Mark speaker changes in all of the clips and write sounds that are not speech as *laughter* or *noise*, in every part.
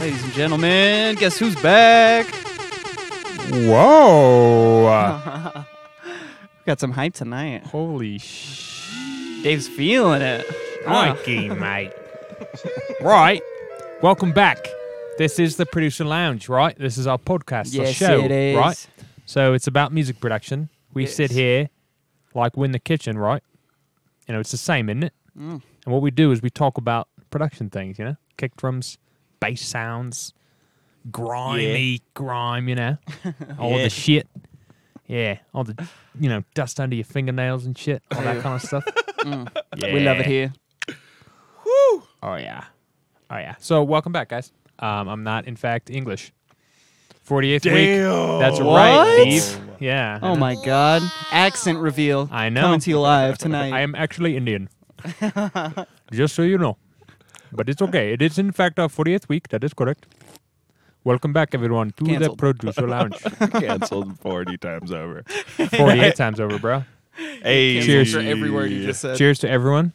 Speaker 1: Ladies and gentlemen, guess who's back?
Speaker 2: Whoa!
Speaker 1: We got some hype tonight.
Speaker 2: Holy sh!
Speaker 1: Dave's feeling it. Ah.
Speaker 2: Mikey, mate. *laughs* right. Welcome back. This is the producer lounge, right? This is our podcast, our
Speaker 1: Yes,
Speaker 2: show,
Speaker 1: it is.
Speaker 2: right? So it's about music production. We
Speaker 1: Yes.
Speaker 2: sit here, like we're in the kitchen, right? You know, it's the same, isn't it?
Speaker 1: Mm.
Speaker 2: And what we do is we talk about production things, you know, kick drums, bass sounds, grimy grime,
Speaker 1: *laughs*
Speaker 2: you know, all
Speaker 1: Yeah.
Speaker 2: the shit. Yeah, all the you know dust under your fingernails and shit,
Speaker 1: *laughs*
Speaker 2: all that
Speaker 1: Ew.
Speaker 2: kind of stuff.
Speaker 1: Mm. We love it
Speaker 2: Yeah.
Speaker 1: here.
Speaker 2: Oh yeah, oh yeah. So welcome back, guys. Um, I'm not, in fact, English. Forty eighth week.
Speaker 3: *laughs*
Speaker 2: That's right,
Speaker 1: What?
Speaker 2: Steve. Yeah.
Speaker 1: Oh my god. Accent reveal.
Speaker 2: I know.
Speaker 1: Coming to you live
Speaker 2: I
Speaker 1: tonight.
Speaker 2: am
Speaker 1: *laughs*
Speaker 2: actually Indian. Just so you know. But it's okay. It is, in fact, our 40th week. That is correct. Welcome back, everyone, to the
Speaker 1: Cancelled. *laughs*
Speaker 2: producer lounge.
Speaker 3: Cancelled 40 times over.
Speaker 2: 48 times over, bro.
Speaker 3: Hey,
Speaker 2: Cheers.
Speaker 1: For every word you just said.
Speaker 2: Cheers to everyone.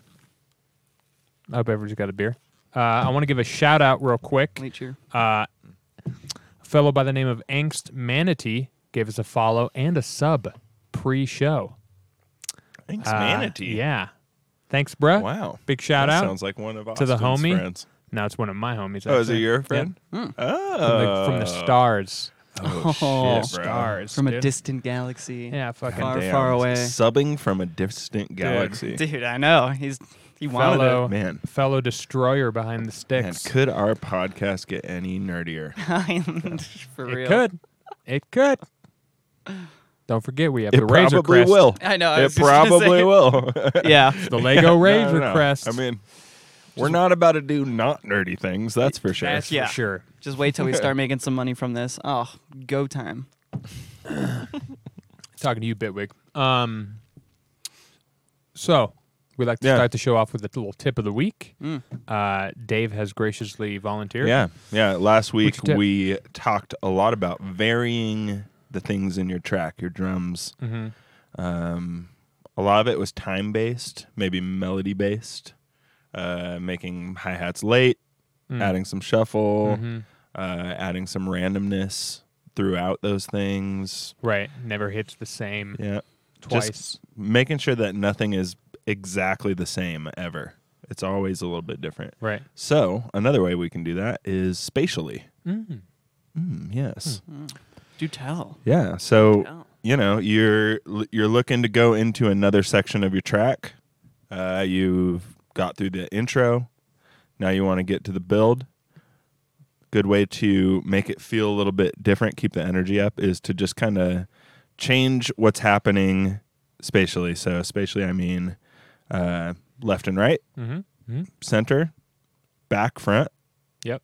Speaker 2: I hope everyone's got a beer. Uh, I want to give a shout out real quick.
Speaker 1: Late cheer.
Speaker 2: A fellow by the name of Angst Manatee gave us a follow and a sub pre show.
Speaker 3: Thanks,
Speaker 2: Uh,
Speaker 3: Manatee.
Speaker 2: Yeah. Thanks, bro.
Speaker 3: Wow.
Speaker 2: Big shout
Speaker 3: That
Speaker 2: out.
Speaker 3: Sounds like one of
Speaker 2: to the
Speaker 3: Austin's
Speaker 2: homie.
Speaker 3: friends.
Speaker 2: no, it's one of my homies.
Speaker 3: Oh, is it
Speaker 2: actually.
Speaker 3: your
Speaker 2: Yep.
Speaker 3: friend?
Speaker 1: Hmm.
Speaker 2: From
Speaker 3: Oh.
Speaker 2: the, from the stars.
Speaker 3: Oh, shit, bro.
Speaker 2: stars
Speaker 1: From a
Speaker 2: dude.
Speaker 1: distant galaxy.
Speaker 2: Yeah, fucking
Speaker 1: far,
Speaker 3: Damn.
Speaker 1: far away.
Speaker 3: Subbing from a distant galaxy.
Speaker 1: Dude, I know. He's he wanted
Speaker 2: fellow
Speaker 1: it.
Speaker 3: Man.
Speaker 2: fellow destroyer behind the
Speaker 3: Man,
Speaker 2: sticks.
Speaker 3: could our podcast get any nerdier?
Speaker 1: *laughs* For
Speaker 2: it
Speaker 1: real.
Speaker 2: could. It
Speaker 1: *laughs*
Speaker 2: could. Don't forget we have the
Speaker 3: it
Speaker 2: Razor
Speaker 3: probably
Speaker 2: Crest.
Speaker 3: will.
Speaker 1: *laughs* I know, I was just
Speaker 3: It
Speaker 1: gonna
Speaker 3: probably
Speaker 1: say.
Speaker 3: will.
Speaker 2: *laughs*
Speaker 1: Yeah.
Speaker 2: The
Speaker 3: *laughs*
Speaker 2: Lego
Speaker 3: I
Speaker 2: Razor
Speaker 3: don't know.
Speaker 2: Crest.
Speaker 3: I mean, we're not about to do not nerdy things. That's for sure.
Speaker 2: that's
Speaker 1: Yeah.
Speaker 2: for sure.
Speaker 1: Just wait till we
Speaker 2: *laughs*
Speaker 1: start making some money from this. Oh, go time.
Speaker 2: Talking to you, Bitwig. Um so we like to
Speaker 3: Yeah.
Speaker 2: start the show off with a little tip of the week.
Speaker 1: Mm.
Speaker 2: Uh, Dave has graciously volunteered.
Speaker 3: Yeah, yeah. Last week
Speaker 2: you tip?
Speaker 3: we talked a lot about varying the things in your track, your drums.
Speaker 2: Mhm.
Speaker 3: Um, a lot of it was time based, maybe melody based, uh, making hi hats late,
Speaker 2: Mm.
Speaker 3: adding some shuffle,
Speaker 2: Mhm.
Speaker 3: uh, adding some randomness throughout those things.
Speaker 2: Right. Never hits the same
Speaker 3: Yeah,
Speaker 2: twice.
Speaker 3: just making sure that nothing is exactly the same ever. It's always a little bit different.
Speaker 2: right.
Speaker 3: So another way we can do that is spatially.
Speaker 2: Mm.
Speaker 3: Mm,
Speaker 2: Hmm.
Speaker 3: yes.
Speaker 1: Do tell.
Speaker 3: Yeah. So
Speaker 1: Oh.
Speaker 3: you know you're you're looking to go into another section of your track. Uh, you've got through the intro. Now you want to get to the build. Good way to make it feel a little bit different, keep the energy up, is to just kind of change what's happening spatially. So spatially, I mean uh, left and right,
Speaker 2: Mhm. Mhm.
Speaker 3: center, back, front,
Speaker 2: Yep.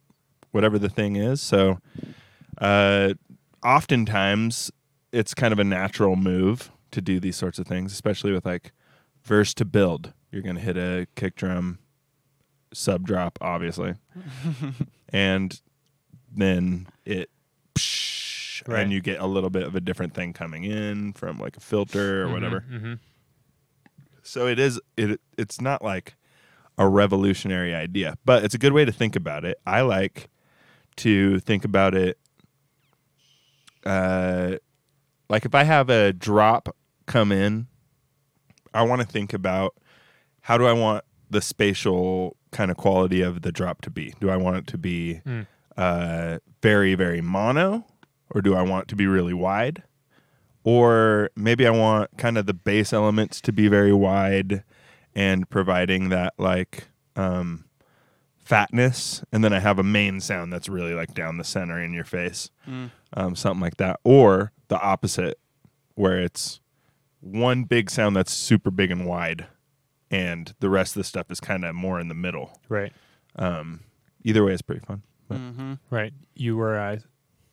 Speaker 3: whatever the thing is. So, uh, oftentimes it's kind of a natural move to do these sorts of things, especially with like verse to build. You're going to hit a kick drum, sub drop, obviously, and then it. psh,
Speaker 2: Right.
Speaker 3: And you get a little bit of a different thing coming in from like a filter or whatever.
Speaker 2: Mhm.
Speaker 3: So it is it it's not like a revolutionary idea, but it's a good way to think about it. I like to think about it uh like if I have a drop come in, I want to think about how do I want the spatial kind of quality of the drop to be? Do I want it to be
Speaker 2: Mm.
Speaker 3: uh, very, very mono, or do I want it to be really wide? Or maybe I want kind of the bass elements to be very wide and providing that like um, fatness. And then I have a main sound that's really like down the center in your face,
Speaker 1: Mm.
Speaker 3: um, something like that. Or the opposite, where it's one big sound that's super big and wide, and the rest of the stuff is kind of more in the middle.
Speaker 2: Right.
Speaker 3: Um, either way is pretty fun. But
Speaker 1: Mm-hmm.
Speaker 2: Right. You were uh,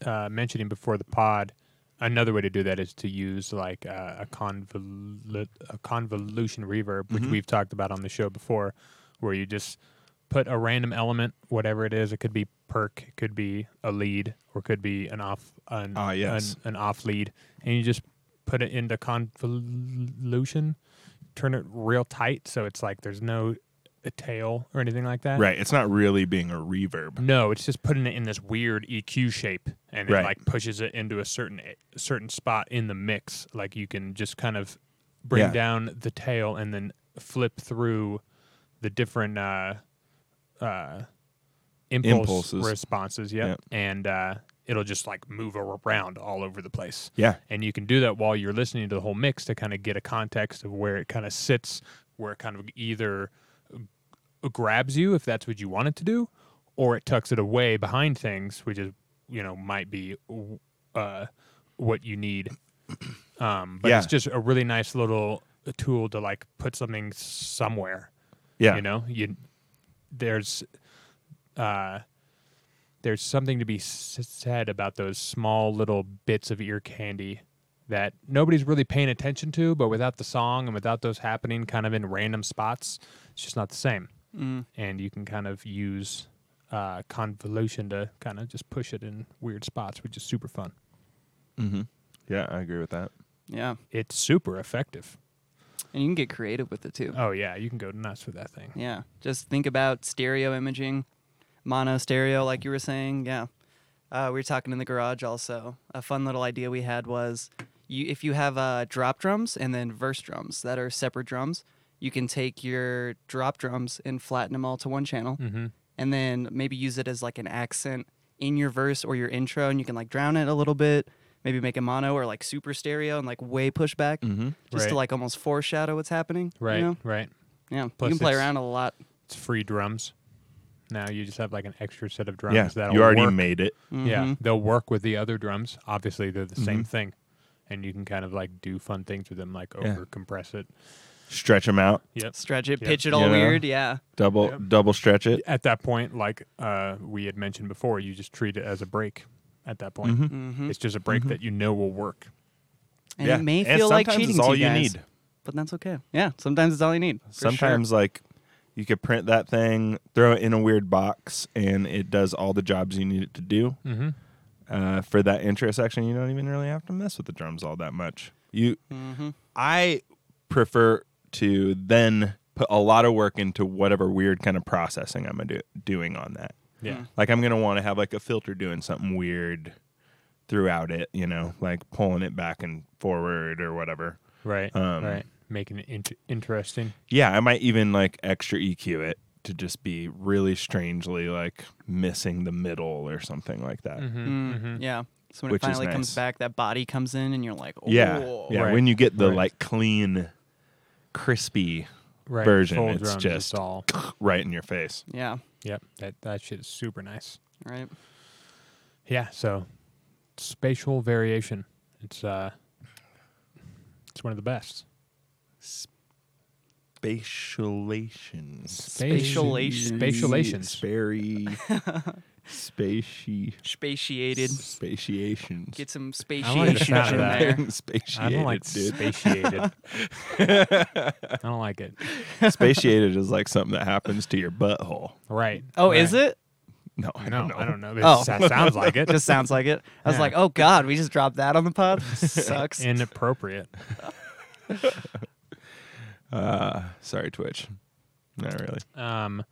Speaker 2: uh, mentioning before the pod. Another way to do that is to use like uh, a, convolu- a convolution reverb,
Speaker 3: Mm-hmm.
Speaker 2: which we've talked about on the show before, where you just put a random element, whatever it is. It could be perk, it could be a lead, or it could be an off an,
Speaker 3: Ah, yes.
Speaker 2: an, an off lead, and you just put it into convolution, turn it real tight, so it's like there's no a tail or anything like that.
Speaker 3: Right. It's not really being a
Speaker 1: Mm.
Speaker 3: reverb.
Speaker 2: No, it's just putting it in this weird EQ shape, and it
Speaker 3: Right.
Speaker 2: like pushes it into a certain a certain spot in the mix. Like you can just kind of bring
Speaker 3: Yeah.
Speaker 2: down the tail and then flip through the different uh, uh, impulse
Speaker 3: Impulses.
Speaker 2: responses. Yep. and uh, it'll just like move around all over the place.
Speaker 3: Yeah.
Speaker 2: And you can do that while you're listening to the whole mix to kind of get a context of where it kind of sits, where it kind of either uh, grabs you if that's what you want it to do, or it tucks it away behind things, which is you know might be uh, what you need. Um, but it's
Speaker 3: Yeah.
Speaker 2: just a really nice little uh, tool to like put something somewhere.
Speaker 3: Yeah.
Speaker 2: You know, you there's uh, there's something to be s- said about those small little bits of ear candy that nobody's really paying attention to, but without the song and without those happening kind of in random spots, it's just not the same.
Speaker 1: Mm.
Speaker 2: And you can kind of use uh, convolution to kind of just push it in weird spots, which is super fun.
Speaker 3: Mm-hmm. Yeah, I agree with that.
Speaker 1: Yeah,
Speaker 2: It's super effective.
Speaker 1: and you can get creative with it too.
Speaker 2: Oh yeah, you can go nuts with that thing.
Speaker 1: Yeah, just think about stereo imaging, mono stereo, like you were saying. Yeah, uh, we were talking in the garage also. A fun little idea we had was you if you have uh, drop drums and then verse drums that are separate drums, you can take your drop drums and flatten them all to one channel,
Speaker 2: Mm-hmm.
Speaker 1: and then maybe use it as like an accent in your verse or your intro, and you can like drown it a little bit. Maybe make a mono or like super stereo and like way push back,
Speaker 3: Mm-hmm.
Speaker 1: just
Speaker 2: Right.
Speaker 1: to like almost foreshadow what's happening. you
Speaker 2: Right,
Speaker 1: know?
Speaker 2: right.
Speaker 1: Yeah.
Speaker 2: Plus
Speaker 1: you can play
Speaker 2: it's-
Speaker 1: around a lot.
Speaker 2: It's free drums. Now you just have like an extra set of drums
Speaker 3: Yeah,
Speaker 2: that'll
Speaker 3: you already
Speaker 2: work.
Speaker 3: made it.
Speaker 2: Yeah,
Speaker 1: Mhm.
Speaker 2: they'll work with the other drums. Obviously, they're the
Speaker 3: Mm-hmm.
Speaker 2: same thing, and you can kind of like do fun things with them, like
Speaker 3: Yeah.
Speaker 2: over compress it.
Speaker 3: Stretch them out.
Speaker 2: Yep.
Speaker 1: Stretch it,
Speaker 2: Yeah.
Speaker 1: pitch it all
Speaker 3: You know?
Speaker 1: weird. Yeah.
Speaker 3: Double
Speaker 2: Yep.
Speaker 3: double stretch it.
Speaker 2: At that point, like uh, we had mentioned before, you just treat it as a break. At that point,
Speaker 3: Mhm.
Speaker 1: hmm
Speaker 2: it's just a break that you know will work.
Speaker 1: And
Speaker 3: yeah.
Speaker 1: it may
Speaker 3: and
Speaker 1: feel like
Speaker 3: sometimes
Speaker 1: cheating
Speaker 3: it's all
Speaker 1: to
Speaker 3: you
Speaker 1: guys,
Speaker 3: need.
Speaker 1: but that's okay. Yeah. Sometimes it's all you need. for sure.
Speaker 3: Sometimes like you could print that thing, throw it in a weird box, and it does all the jobs you need it to do.
Speaker 2: Mm-hmm.
Speaker 3: Uh, for that intro section, you don't even really have to mess with the drums all that much. You, I prefer to then put a lot of work into whatever weird kind of processing I'm do- doing on that.
Speaker 2: Yeah.
Speaker 3: Like I'm gonna want to have like a filter doing something weird throughout it, you know, like pulling it back and forward or whatever.
Speaker 2: Right.
Speaker 3: Um,
Speaker 2: right. Making it int- interesting.
Speaker 3: Yeah, I might even like extra EQ it to just be really strangely like missing the middle or something like that.
Speaker 2: Mm-hmm.
Speaker 1: Mm, Yeah. So when
Speaker 3: Which
Speaker 1: it
Speaker 3: is
Speaker 1: finally
Speaker 3: nice.
Speaker 1: comes back, that body comes in, and you're like, oh,
Speaker 3: Yeah, yeah.
Speaker 2: Right,
Speaker 3: When you get the
Speaker 2: right.
Speaker 3: like clean, crispy,
Speaker 2: Right.
Speaker 3: version,
Speaker 2: Full
Speaker 3: it's
Speaker 2: drums,
Speaker 3: just-
Speaker 2: all.
Speaker 3: right in your face.
Speaker 1: Yeah.
Speaker 2: Yep. That that shit is super nice.
Speaker 1: Right.
Speaker 2: Yeah, so spatial variation. It's uh it's one of the best.
Speaker 3: Spatialation.
Speaker 1: Spatialation.
Speaker 2: Spatialation.
Speaker 3: Sperry. Spaci.
Speaker 1: Spatiated.
Speaker 3: Spatiations. *laughs*
Speaker 1: Get some
Speaker 2: I like the
Speaker 1: spatiation
Speaker 2: sound
Speaker 1: in
Speaker 2: of that.
Speaker 1: there.
Speaker 3: Spatiated,
Speaker 2: I don't like
Speaker 3: dude.
Speaker 2: spatiated.
Speaker 1: *laughs*
Speaker 2: I don't like it.
Speaker 3: Spatiated is like something that happens to your butthole.
Speaker 2: Right.
Speaker 1: Oh, is
Speaker 2: right.
Speaker 1: it?
Speaker 3: No, I
Speaker 2: No,
Speaker 3: don't know.
Speaker 2: I don't know. It
Speaker 1: Oh.
Speaker 2: sa- sounds like
Speaker 1: *laughs*
Speaker 2: it.
Speaker 1: Just sounds like it. I was
Speaker 2: Yeah.
Speaker 1: like, oh god, we just dropped that on the
Speaker 3: *laughs*
Speaker 1: pod. Sucks.
Speaker 2: inappropriate.
Speaker 3: Uh, sorry, Twitch. Not really.
Speaker 2: Um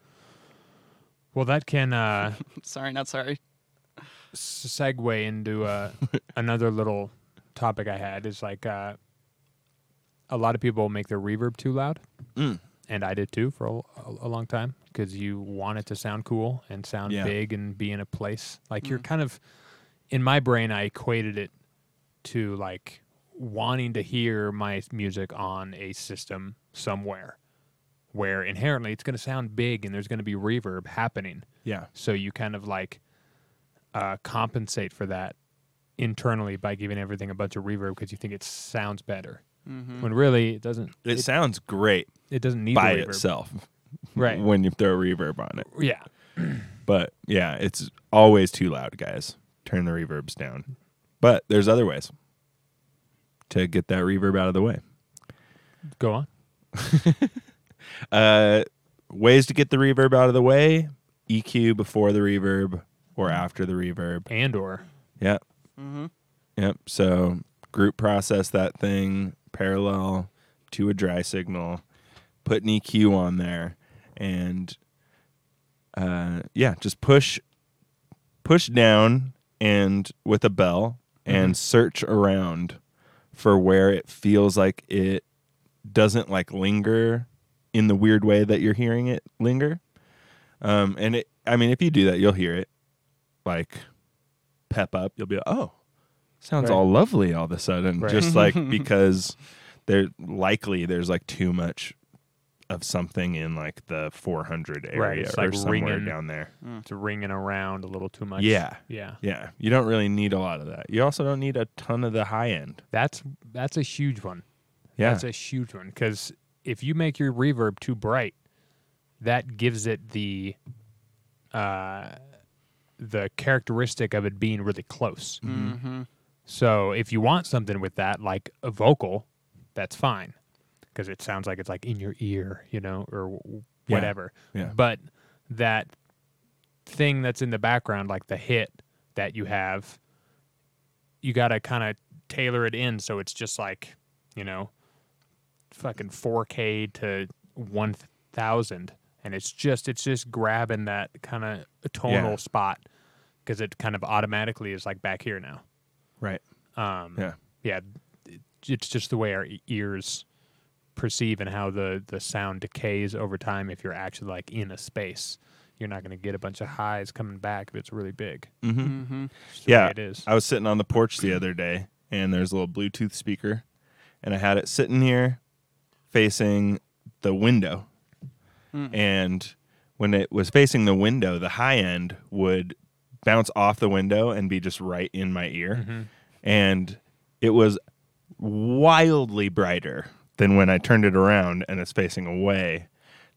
Speaker 2: well that can uh
Speaker 1: *laughs* sorry, not sorry.
Speaker 2: s- segue into
Speaker 3: *laughs*
Speaker 2: uh, another little topic I had is like uh, a lot of people make their reverb too loud,
Speaker 3: Mm.
Speaker 2: and I did too for a, a long time because you want it to sound cool and sound
Speaker 3: Yeah. Mm.
Speaker 2: big and be in a place. Like you're kind of in my brain, I equated it to like wanting to hear my music on a system somewhere where inherently it's going to sound big and there's going to be reverb happening
Speaker 3: Yeah.
Speaker 2: so you kind of like uh, compensate for that internally by giving everything a bunch of reverb because you think it sounds better
Speaker 1: Mm-hmm.
Speaker 2: when really it doesn't
Speaker 3: It, sounds great
Speaker 2: it doesn't need
Speaker 3: by
Speaker 2: the reverb
Speaker 3: itself *laughs*
Speaker 2: right
Speaker 3: when you throw reverb on it.
Speaker 2: yeah
Speaker 3: But yeah, it's always too loud, guys. Turn the reverbs down. But there's other ways to get that reverb out of the way.
Speaker 2: go on
Speaker 3: Uh, ways to get the reverb out of the way EQ before the reverb or after the reverb.
Speaker 2: and or
Speaker 3: Yep.
Speaker 1: Mm-hmm.
Speaker 3: Yep. So group process that thing parallel to a dry signal, put an EQ E on there, and uh, yeah, just push push down and with a bell
Speaker 2: Mm-hmm.
Speaker 3: and search around for where it feels like it doesn't like linger in the weird way that you're hearing it linger. Um, and it, I mean, if you do that, you'll hear it like pep up. You'll be like, oh, sounds
Speaker 2: Right.
Speaker 3: all lovely all of a sudden.
Speaker 2: Right. *laughs*
Speaker 3: Just like because there likely there's like too much of something in like the 400 area
Speaker 2: Right, it's
Speaker 3: or
Speaker 2: like
Speaker 3: somewhere
Speaker 2: ringing.
Speaker 3: down there.
Speaker 2: It's ringing around a little too much.
Speaker 3: Yeah.
Speaker 2: Yeah.
Speaker 3: Yeah, you don't really need a lot of that. You also don't need a ton of the high end.
Speaker 2: That's that's a huge one.
Speaker 3: Yeah,
Speaker 2: That's a huge one because if you make your reverb too bright, that gives it the uh, the characteristic of it being really close.
Speaker 1: Mm-hmm.
Speaker 2: So if you want something with that, like a vocal, that's fine because it sounds like it's like in your ear, you know, or w-
Speaker 3: Yeah.
Speaker 2: whatever.
Speaker 3: Yeah.
Speaker 2: But that thing that's in the background, like the hit that you have, you got to kind of tailor it in so it's just like, you know, fucking 4K to 1000. And it's just, it's just grabbing that kind of tonal spot 'cause spot because it kind of automatically is like back here now.
Speaker 3: right.
Speaker 2: Um,
Speaker 3: Yeah,
Speaker 2: yeah, it- it's just the way our e- ears perceive and how the the sound decays over time. If you're actually like in a space, you're not going to get a bunch of highs coming back if it's really big.
Speaker 3: mm-hmm.
Speaker 1: Mm-hmm.
Speaker 2: It's just the way
Speaker 3: Yeah. Uh,
Speaker 2: it is.
Speaker 3: I was sitting on the porch the other day, and there's a little Bluetooth speaker, and I had it sitting here, facing the window,
Speaker 1: Mm.
Speaker 3: and when it was facing the window, the high end would bounce off the window and be just right in my ear, and it was wildly brighter than when I turned it around and it's facing away.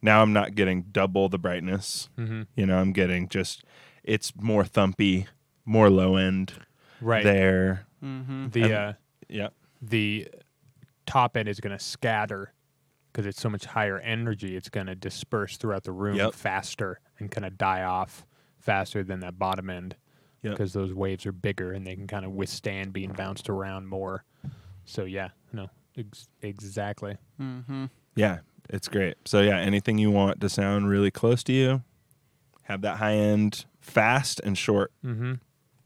Speaker 3: Now I'm not getting double the brightness.
Speaker 2: Mhm.
Speaker 3: You know, I'm getting just it's more thumpy, more low end
Speaker 2: Right.
Speaker 3: there.
Speaker 1: Mm-hmm.
Speaker 2: The
Speaker 3: and-
Speaker 2: uh,
Speaker 3: Yeah.
Speaker 2: the top end is going to scatter because it's so much higher energy. It's going to disperse throughout the room
Speaker 3: Yep.
Speaker 2: faster and kind of die off faster than that bottom end
Speaker 3: Yep.
Speaker 2: because those waves are bigger and they can kind of withstand being bounced around more. So yeah, no, ex- exactly.
Speaker 1: Mm-hmm.
Speaker 3: Yeah. It's great. So yeah, anything you want to sound really close to you, have that high end fast and short
Speaker 2: Mm-hmm.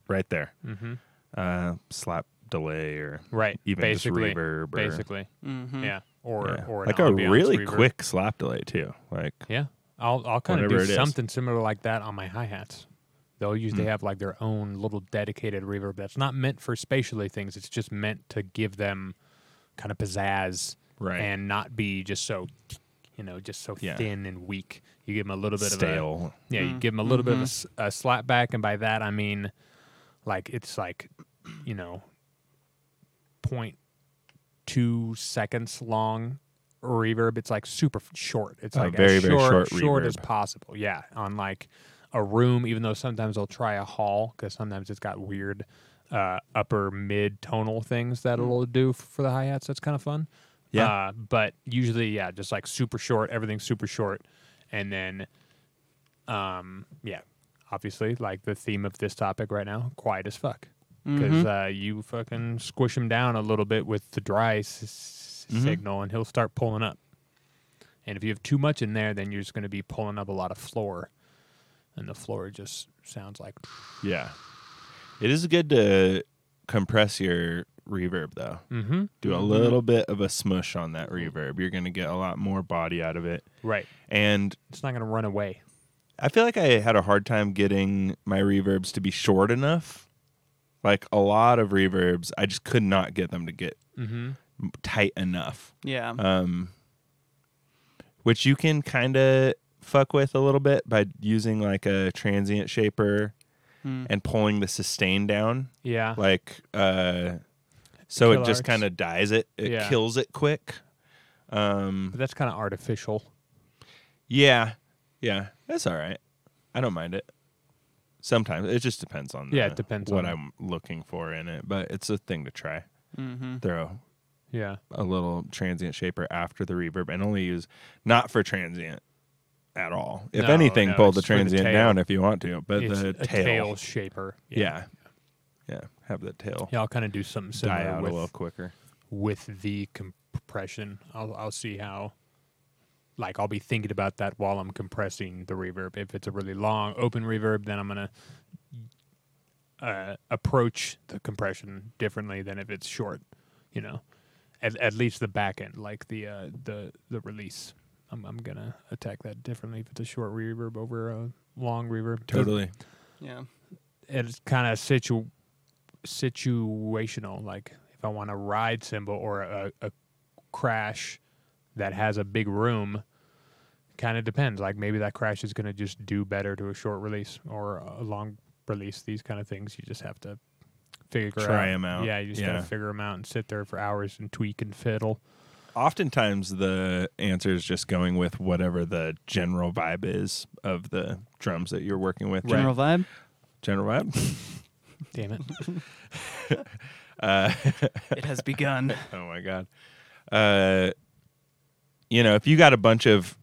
Speaker 3: right there.
Speaker 2: Mm-hmm.
Speaker 3: Uh slap delay or
Speaker 2: Right.
Speaker 3: even
Speaker 2: basically.
Speaker 3: just reverb or Hmm.
Speaker 2: basically.
Speaker 1: Mm-hmm.
Speaker 2: Yeah. Or
Speaker 3: yeah.
Speaker 2: or an
Speaker 3: like a
Speaker 2: ambiance
Speaker 3: really
Speaker 2: reverb.
Speaker 3: quick slap delay too. Like
Speaker 2: Yeah, I'll I'll kind of
Speaker 3: Whatever
Speaker 2: do
Speaker 3: it is. Mm.
Speaker 2: something similar like that on my hi hats. They'll usually have like their own little dedicated reverb that's not meant for spatially things. It's just meant to give them kind of pizzazz
Speaker 3: Right.
Speaker 2: and not be just so you know just so
Speaker 3: Yeah.
Speaker 2: thin and weak. You give them a little bit of
Speaker 3: stale.
Speaker 2: a yeah, you
Speaker 1: Mm.
Speaker 2: give them a little bit of a s- a, slap back, and by that I mean like it's like you know point two seconds long reverb. It's like super f- short. It's
Speaker 3: Oh,
Speaker 2: like
Speaker 3: very,
Speaker 2: as
Speaker 3: very
Speaker 2: short,
Speaker 3: short
Speaker 2: as
Speaker 3: reverb.
Speaker 2: possible. Yeah, on like a room. Even though sometimes I'll try a hall because sometimes it's got weird uh, upper mid tonal things that it'll do f- for the hi hats. That's kind of fun.
Speaker 3: Yeah.
Speaker 2: Uh, but usually, yeah, just like super short. Everything's super short, and then, um, yeah, obviously, like the theme of this topic right now, quiet as fuck because uh, you fucking squish him down a little bit with the dry s- s-
Speaker 3: Mhm.
Speaker 2: signal, and he'll start pulling up. And if you have too much in there, then you're just going to be pulling up a lot of floor, and the floor just sounds like *sniffs*
Speaker 3: Yeah. It is good to compress your reverb though.
Speaker 2: mm-hmm.
Speaker 3: Do a little bit of a smush on that reverb. You're going to get a lot more body out of it.
Speaker 2: right.
Speaker 3: And
Speaker 2: It's not going to run away.
Speaker 3: I feel like I had a hard time getting my reverbs to be short enough. Like a lot of reverbs, I just could not get them to get
Speaker 2: Mm-hmm.
Speaker 3: m- tight enough.
Speaker 1: Yeah.
Speaker 3: Um which you can kind of fuck with a little bit by using like a transient shaper
Speaker 1: Mm.
Speaker 3: and pulling the sustain down.
Speaker 2: Yeah.
Speaker 3: like uh so
Speaker 2: Kill
Speaker 3: it just
Speaker 2: arts.
Speaker 3: kind of dies it it
Speaker 2: Yeah.
Speaker 3: kills it quick um
Speaker 2: But that's kind of artificial.
Speaker 3: yeah yeah that's all right i don't mind it sometimes it just depends on
Speaker 2: Yeah,
Speaker 3: the-
Speaker 2: it depends
Speaker 3: what
Speaker 2: on-
Speaker 3: i'm looking for in it but it's a thing to try
Speaker 1: Mm-hmm.
Speaker 3: throw
Speaker 2: Yeah.
Speaker 3: a little transient shaper after the reverb and only use not for transient at all if
Speaker 2: No,
Speaker 3: anything
Speaker 2: no,
Speaker 3: pull the
Speaker 2: it's for the
Speaker 3: transient
Speaker 2: tail.
Speaker 3: down if you want to but
Speaker 2: It's
Speaker 3: the
Speaker 2: a
Speaker 3: tail,
Speaker 2: shaper.
Speaker 3: yeah. yeah have the tail
Speaker 2: Yeah, I'll kind of do something
Speaker 3: die
Speaker 2: similar
Speaker 3: out a
Speaker 2: with
Speaker 3: little quicker
Speaker 2: with the compression. I'll I'll see how like I'll be thinking about that while I'm compressing the reverb. If it's a really long open reverb, then I'm gonna uh, approach the compression differently than if it's short. You know, at, at least the back end, like the uh, the the release. I'm I'm gonna attack that differently if it's a short reverb over a long reverb.
Speaker 3: Totally.
Speaker 1: Yeah.
Speaker 2: It's kind of situ situational. Like if I want a ride cymbal or a, a crash that has a big room, kind of depends. Like maybe that crash is gonna just do better to a short release or a long release. These kind of things you just have to figure out.
Speaker 3: Try 'em out.
Speaker 2: Yeah, you just
Speaker 3: Yeah.
Speaker 2: gotta figure them out and sit there for hours and tweak and fiddle.
Speaker 3: Oftentimes the answer is just going with whatever the general vibe is of the drums that you're working with.
Speaker 1: General vibe.
Speaker 3: General vibe.
Speaker 2: Damn it.
Speaker 3: Uh,
Speaker 1: It has begun. *laughs*
Speaker 3: oh my god. Uh, you know, if you got a bunch of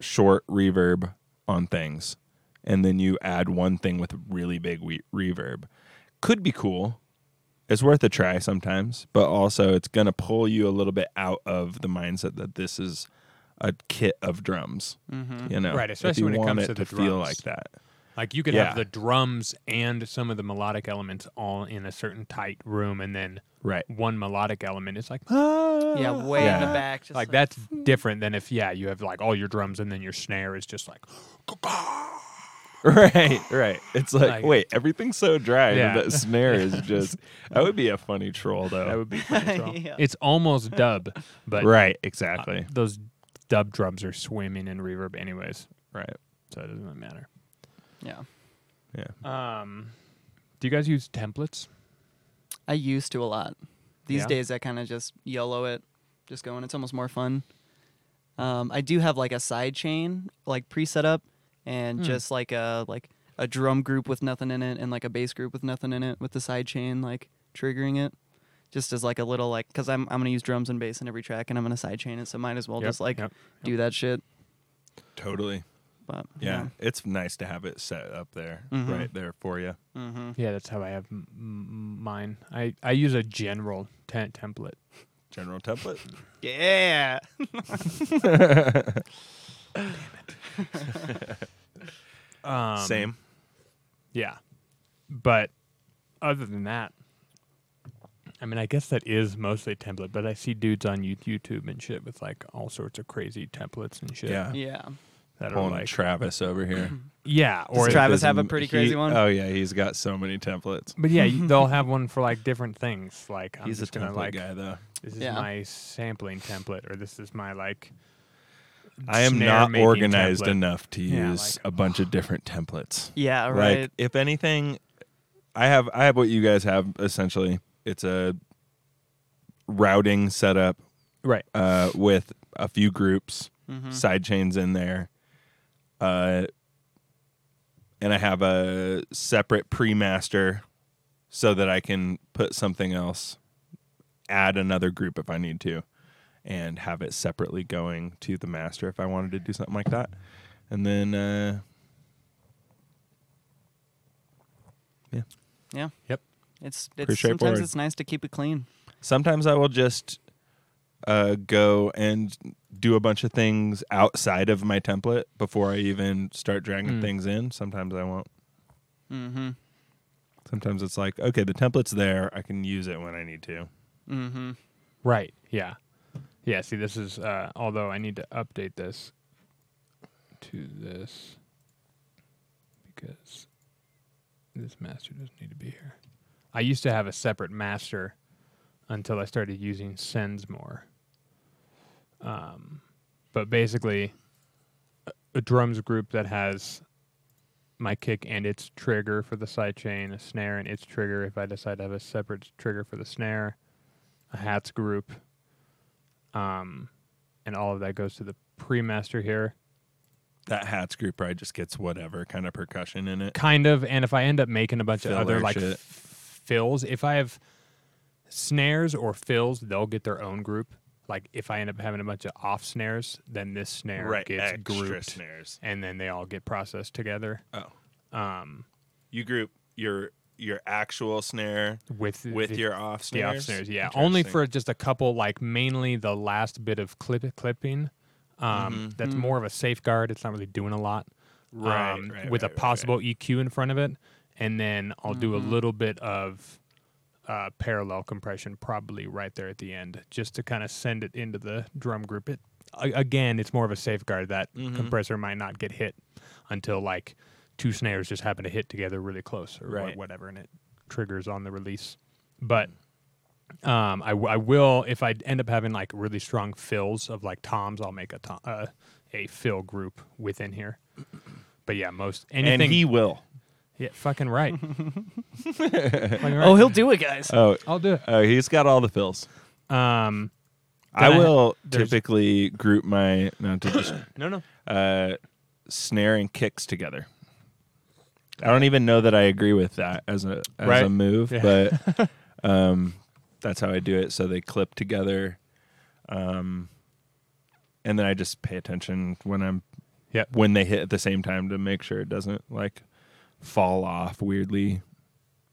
Speaker 3: short reverb on things, and then you add one thing with really big we- reverb, could be cool. It's worth a try sometimes, but also it's gonna pull you a little bit out of the mindset that this is a kit of drums.
Speaker 1: Mm-hmm.
Speaker 3: You know,
Speaker 2: Right,
Speaker 3: If
Speaker 2: especially
Speaker 3: you
Speaker 2: when it
Speaker 3: want
Speaker 2: comes to the
Speaker 3: feel
Speaker 2: drums.
Speaker 3: like that.
Speaker 2: *laughs* Like you could
Speaker 3: Yeah.
Speaker 2: have the drums and some of the melodic elements all in a certain tight room, and then
Speaker 3: Right.
Speaker 2: one melodic element is like,
Speaker 1: *laughs*
Speaker 2: "Ah."
Speaker 1: Yeah, way in
Speaker 3: Yeah.
Speaker 1: the back. Just hmm. *laughs*
Speaker 2: like that's different than if yeah you have like all your drums and then your snare is just like
Speaker 3: *laughs* Right, right. It's like,
Speaker 2: Like-
Speaker 3: wait, everything's so dry. and
Speaker 2: Yeah.
Speaker 3: That
Speaker 2: *laughs*
Speaker 3: snare is just. that would be a funny troll, though.
Speaker 2: that would be
Speaker 1: *laughs*
Speaker 2: uh, pretty strong.
Speaker 1: Yeah.
Speaker 2: It's
Speaker 1: *laughs*
Speaker 2: almost dub, but
Speaker 3: right, exactly.
Speaker 2: those dub drums are swimming in reverb anyways,
Speaker 3: right.
Speaker 2: so it doesn't really matter.
Speaker 1: Yeah.
Speaker 3: Yeah.
Speaker 2: Um, do you guys use templates?
Speaker 1: I used to a lot. These
Speaker 2: Yeah?
Speaker 1: days, I kind of just YOLO it, just going. It's almost more fun. Um, I do have like a side chain, like pre-set up, and
Speaker 2: Hmm.
Speaker 1: just like a like a drum group with nothing in it, and like a bass group with nothing in it, with the side chain like triggering it, just as like a little like because I'm I'm gonna use drums and bass in every track, and I'm gonna side chain it, so might as well
Speaker 2: Yep,
Speaker 1: just like
Speaker 2: yep,
Speaker 1: do that shit.
Speaker 3: Totally.
Speaker 1: But
Speaker 3: Yeah. It's nice to have it set up there,
Speaker 1: Mhm.
Speaker 3: right there for you.
Speaker 1: Mm-hmm.
Speaker 2: Yeah, that's how I have m- m- mine. I I use a general ten- template.
Speaker 3: General template.
Speaker 1: Yeah.
Speaker 2: Um,
Speaker 3: Same.
Speaker 2: Yeah. But other than that, I mean, I guess that is mostly template, but I see dudes on Yo- YouTube and shit with like all sorts of crazy templates and shit.
Speaker 3: Yeah.
Speaker 1: Yeah.
Speaker 2: That are
Speaker 3: Pulling
Speaker 2: like,
Speaker 3: Travis over here.
Speaker 1: *clears throat*
Speaker 2: yeah. Or,
Speaker 1: Does Travis
Speaker 3: Doesn't-
Speaker 1: have a pretty crazy
Speaker 3: he-
Speaker 1: one?
Speaker 3: Oh yeah, he's got so many templates.
Speaker 2: but yeah, you-
Speaker 3: *laughs*
Speaker 2: they'll have one for like different things. Like, I'm
Speaker 3: he's a
Speaker 2: just gonna
Speaker 3: template
Speaker 2: like,
Speaker 3: guy though.
Speaker 2: this is
Speaker 1: Yeah.
Speaker 2: my sampling template, or this is my like,
Speaker 3: I am
Speaker 2: snare
Speaker 3: not
Speaker 2: making
Speaker 3: organized
Speaker 2: template.
Speaker 3: enough to
Speaker 2: Yeah,
Speaker 3: use
Speaker 2: like-
Speaker 3: a bunch
Speaker 2: *sighs*
Speaker 3: of different templates.
Speaker 1: Yeah.
Speaker 3: Like
Speaker 1: Right.
Speaker 3: if anything, I have I have what you guys have essentially. It's a routing setup
Speaker 2: Right.
Speaker 3: uh, with a few groups,
Speaker 1: Mhm.
Speaker 3: side chains in there, uh, and I have a separate pre-master so that I can put something else, add another group if I need to, and have it separately going to the master if I wanted to do something like that, and then uh, yeah.
Speaker 1: yeah.
Speaker 2: Yep.
Speaker 1: It's it's sometimes
Speaker 3: straightforward.
Speaker 1: it's nice to keep it clean.
Speaker 3: Sometimes I will just uh, go and do a bunch of things outside of my template before I even start dragging
Speaker 2: Mm.
Speaker 3: things in. Sometimes I won't.
Speaker 1: Mm-hmm.
Speaker 3: Sometimes it's like, okay, the template's there. I can use it when I need to.
Speaker 1: Mm-hmm.
Speaker 2: Right. Yeah. Yeah. See, this is, uh, although I need to update this to this because this master doesn't need to be here. I used to have a separate master until I started using sends more. Um, but basically, a, a drums group that has my kick and its trigger for the side chain, a snare and its trigger if I decide to have a separate trigger for the snare a hats group. Um, and all of that goes to the pre-master here,
Speaker 3: That hats group probably just gets whatever kind of percussion in it.
Speaker 2: kind of. And if I end up making a bunch of other
Speaker 3: Filler
Speaker 2: like
Speaker 3: shit.
Speaker 2: f- fills, if I have snares or fills, they'll get their own group. Like if I end up having a bunch of off snares, then this snare gets grouped,
Speaker 3: snares.
Speaker 2: and then they all get processed together.
Speaker 3: Oh,
Speaker 2: Um,
Speaker 3: you group your your actual snare
Speaker 2: with
Speaker 3: with
Speaker 2: the-
Speaker 3: your off
Speaker 2: the
Speaker 3: snares.
Speaker 2: off snares, yeah. Only
Speaker 3: Interesting.
Speaker 2: for just a couple, like mainly the last bit of clip clipping. Um,
Speaker 3: Mm-hmm.
Speaker 2: That's
Speaker 3: Hmm.
Speaker 2: more of a safeguard. It's not really doing a lot.
Speaker 3: Right,
Speaker 2: um,
Speaker 3: right,
Speaker 2: with
Speaker 3: right,
Speaker 2: a
Speaker 3: right,
Speaker 2: possible EQ in front of it, and then I'll do a little bit of uh, parallel compression, probably right there at the end, just to kind of send it into the drum group. It a- again, it's more of a safeguard that compressor might not get hit until like two snares just happen to hit together really close or
Speaker 3: Right.
Speaker 2: what- whatever, and it triggers on the release. But um, I, w- I will if I end up having like really strong fills of like toms, I'll make a tom, uh, a fill group within here. But yeah, most anything.
Speaker 3: And he will.
Speaker 2: yeah, fucking
Speaker 3: *laughs*
Speaker 2: right. Fucking
Speaker 1: Oh,
Speaker 2: right.
Speaker 1: he'll do it, guys.
Speaker 3: Oh,
Speaker 2: I'll do
Speaker 3: oh, he's got all the fills.
Speaker 2: it. Um,
Speaker 3: I
Speaker 2: Gotta-
Speaker 3: will
Speaker 2: there's-
Speaker 3: typically group my not
Speaker 2: *clears throat*
Speaker 3: to just
Speaker 2: no, no.
Speaker 3: uh, snare and kicks together. I don't even know that I agree with that as a as a
Speaker 2: Right.
Speaker 3: move,
Speaker 2: Yeah. *laughs*
Speaker 3: but um, that's how I do it. So they clip together, um, and then I just pay attention when I'm
Speaker 2: Yep.
Speaker 3: when they hit at the same time to make sure it doesn't like fall off weirdly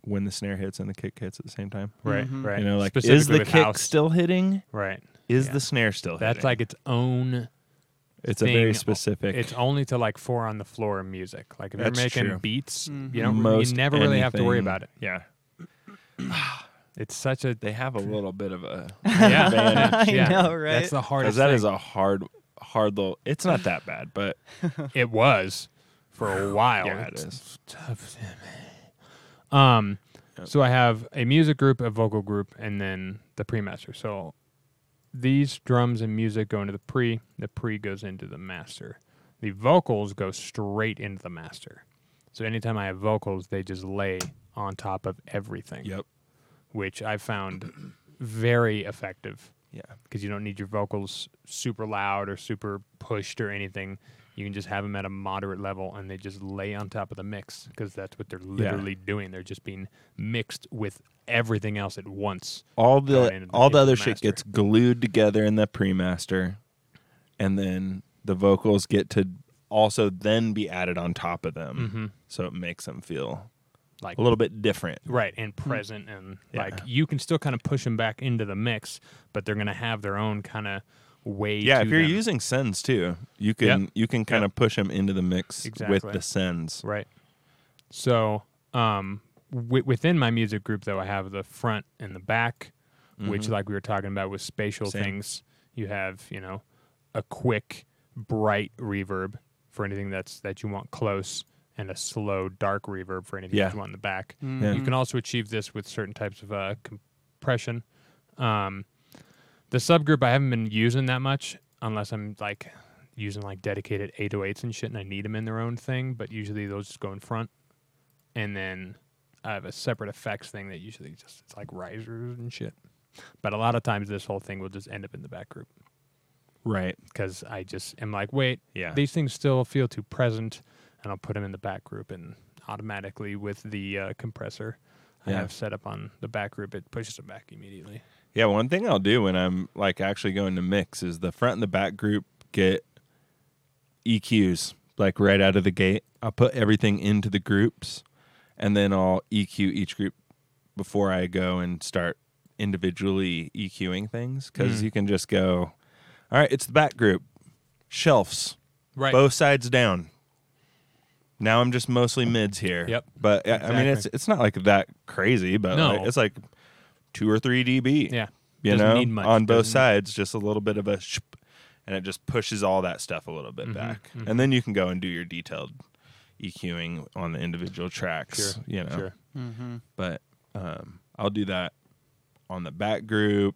Speaker 3: when the snare hits and the kick hits at the same time.
Speaker 2: Right,
Speaker 1: Mm-hmm.
Speaker 2: right.
Speaker 3: You know, like is
Speaker 2: Specifically
Speaker 3: the
Speaker 2: with
Speaker 3: kick
Speaker 2: house.
Speaker 3: still hitting?
Speaker 2: right?
Speaker 3: Is
Speaker 2: Yeah.
Speaker 3: the snare still
Speaker 2: That's
Speaker 3: hitting?
Speaker 2: like its own
Speaker 3: it's a
Speaker 2: thing.
Speaker 3: very specific.
Speaker 2: It's only to like four on the floor music. Like if
Speaker 3: That's
Speaker 2: you're making
Speaker 3: true.
Speaker 2: beats, you don't.
Speaker 3: Most
Speaker 2: you never really have to worry
Speaker 3: anything-
Speaker 2: about it.
Speaker 3: yeah. *sighs*
Speaker 2: It's such a *laughs*
Speaker 3: They have a little bit of a
Speaker 2: yeah.
Speaker 1: I
Speaker 2: *laughs*
Speaker 3: *laughs*
Speaker 2: yeah.
Speaker 1: know, right?
Speaker 2: That's the hardest.
Speaker 3: because that
Speaker 2: thing.
Speaker 3: is a hard, hard little. It's not that bad, but
Speaker 2: It was for a while.
Speaker 3: yeah, it
Speaker 2: It's
Speaker 3: is.
Speaker 2: tough. Um, so I have a music group, a vocal group, and then the pre-master. So these drums and music go into the pre. The pre goes into the master. The vocals go straight into the master. So anytime I have vocals, they just lay on top of everything.
Speaker 3: Yep.
Speaker 2: Which I found very effective
Speaker 3: Yeah.
Speaker 2: because you don't need your vocals super loud or super pushed or anything. You can just have them at a moderate level and they just lay on top of the mix because that's what they're literally doing. They're just being mixed with everything else at once.
Speaker 3: All
Speaker 2: Going
Speaker 3: the
Speaker 2: into the-
Speaker 3: all
Speaker 2: into
Speaker 3: the
Speaker 2: the
Speaker 3: other shit
Speaker 2: master.
Speaker 3: gets glued together in the pre-master, and then the vocals get to also then be added on top of them, so it makes them feel
Speaker 2: Like
Speaker 3: a little bit different.
Speaker 2: right and present and
Speaker 3: Mm. Yeah.
Speaker 2: like you can still kind of push them back into the mix, but they're gonna have their own kind of way.
Speaker 3: Yeah,
Speaker 2: to
Speaker 3: if you're
Speaker 2: them.
Speaker 3: using sends too, you can you can kind of push them into the mix
Speaker 2: Exactly.
Speaker 3: with the sends.
Speaker 2: Right. So, um, w- within my music group, though, I have the front and the back, which, like we were talking about with spatial
Speaker 3: Mm-hmm. Same.
Speaker 2: things, you have, you know, a quick, bright reverb for anything that's that you want close, and a slow, dark reverb for anything
Speaker 3: Yeah.
Speaker 2: that you want in the back.
Speaker 1: Mm-hmm.
Speaker 3: Yeah.
Speaker 2: You can also achieve this with certain types of uh, compression. Um, the subgroup I haven't been using that much unless I'm like using like dedicated 808s and shit and I need them in their own thing, but usually those just go in front. And then I have a separate effects thing that usually just it's like risers and shit. But a lot of times this whole thing will just end up in the back group
Speaker 3: Right.
Speaker 2: because I just am like, wait,
Speaker 3: Yeah.
Speaker 2: these things still feel too present, and I'll put them in the back group, and automatically with the uh, compressor I
Speaker 3: Yeah.
Speaker 2: have set up on the back group, it pushes them back immediately.
Speaker 3: Yeah, one thing I'll do when I'm like actually going to mix is the front and the back group get EQs like right out of the gate. I'll put everything into the groups and then I'll EQ each group before I go and start individually EQing things
Speaker 2: Mm.
Speaker 3: cuz you can just go all right, it's the back group. Shelves.
Speaker 2: Right.
Speaker 3: Both sides down. Now I'm just mostly mids here.
Speaker 2: Yep.
Speaker 3: But I- I mean it's
Speaker 2: Exactly.
Speaker 3: it's not like that crazy, but
Speaker 2: No.
Speaker 3: like, it's like 2 or 3 dB
Speaker 2: Yeah.
Speaker 3: you
Speaker 2: Doesn't
Speaker 3: know,
Speaker 2: need much,
Speaker 3: on both
Speaker 2: doesn't-
Speaker 3: sides, just a little bit of a, shp, and it just pushes all that stuff a little bit
Speaker 2: Mm-hmm,
Speaker 3: back, and then you can go and do your detailed EQing on the individual tracks,
Speaker 2: Sure,
Speaker 3: you know.
Speaker 2: sure.
Speaker 1: Mm-hmm.
Speaker 3: But um, I'll do that on the back group,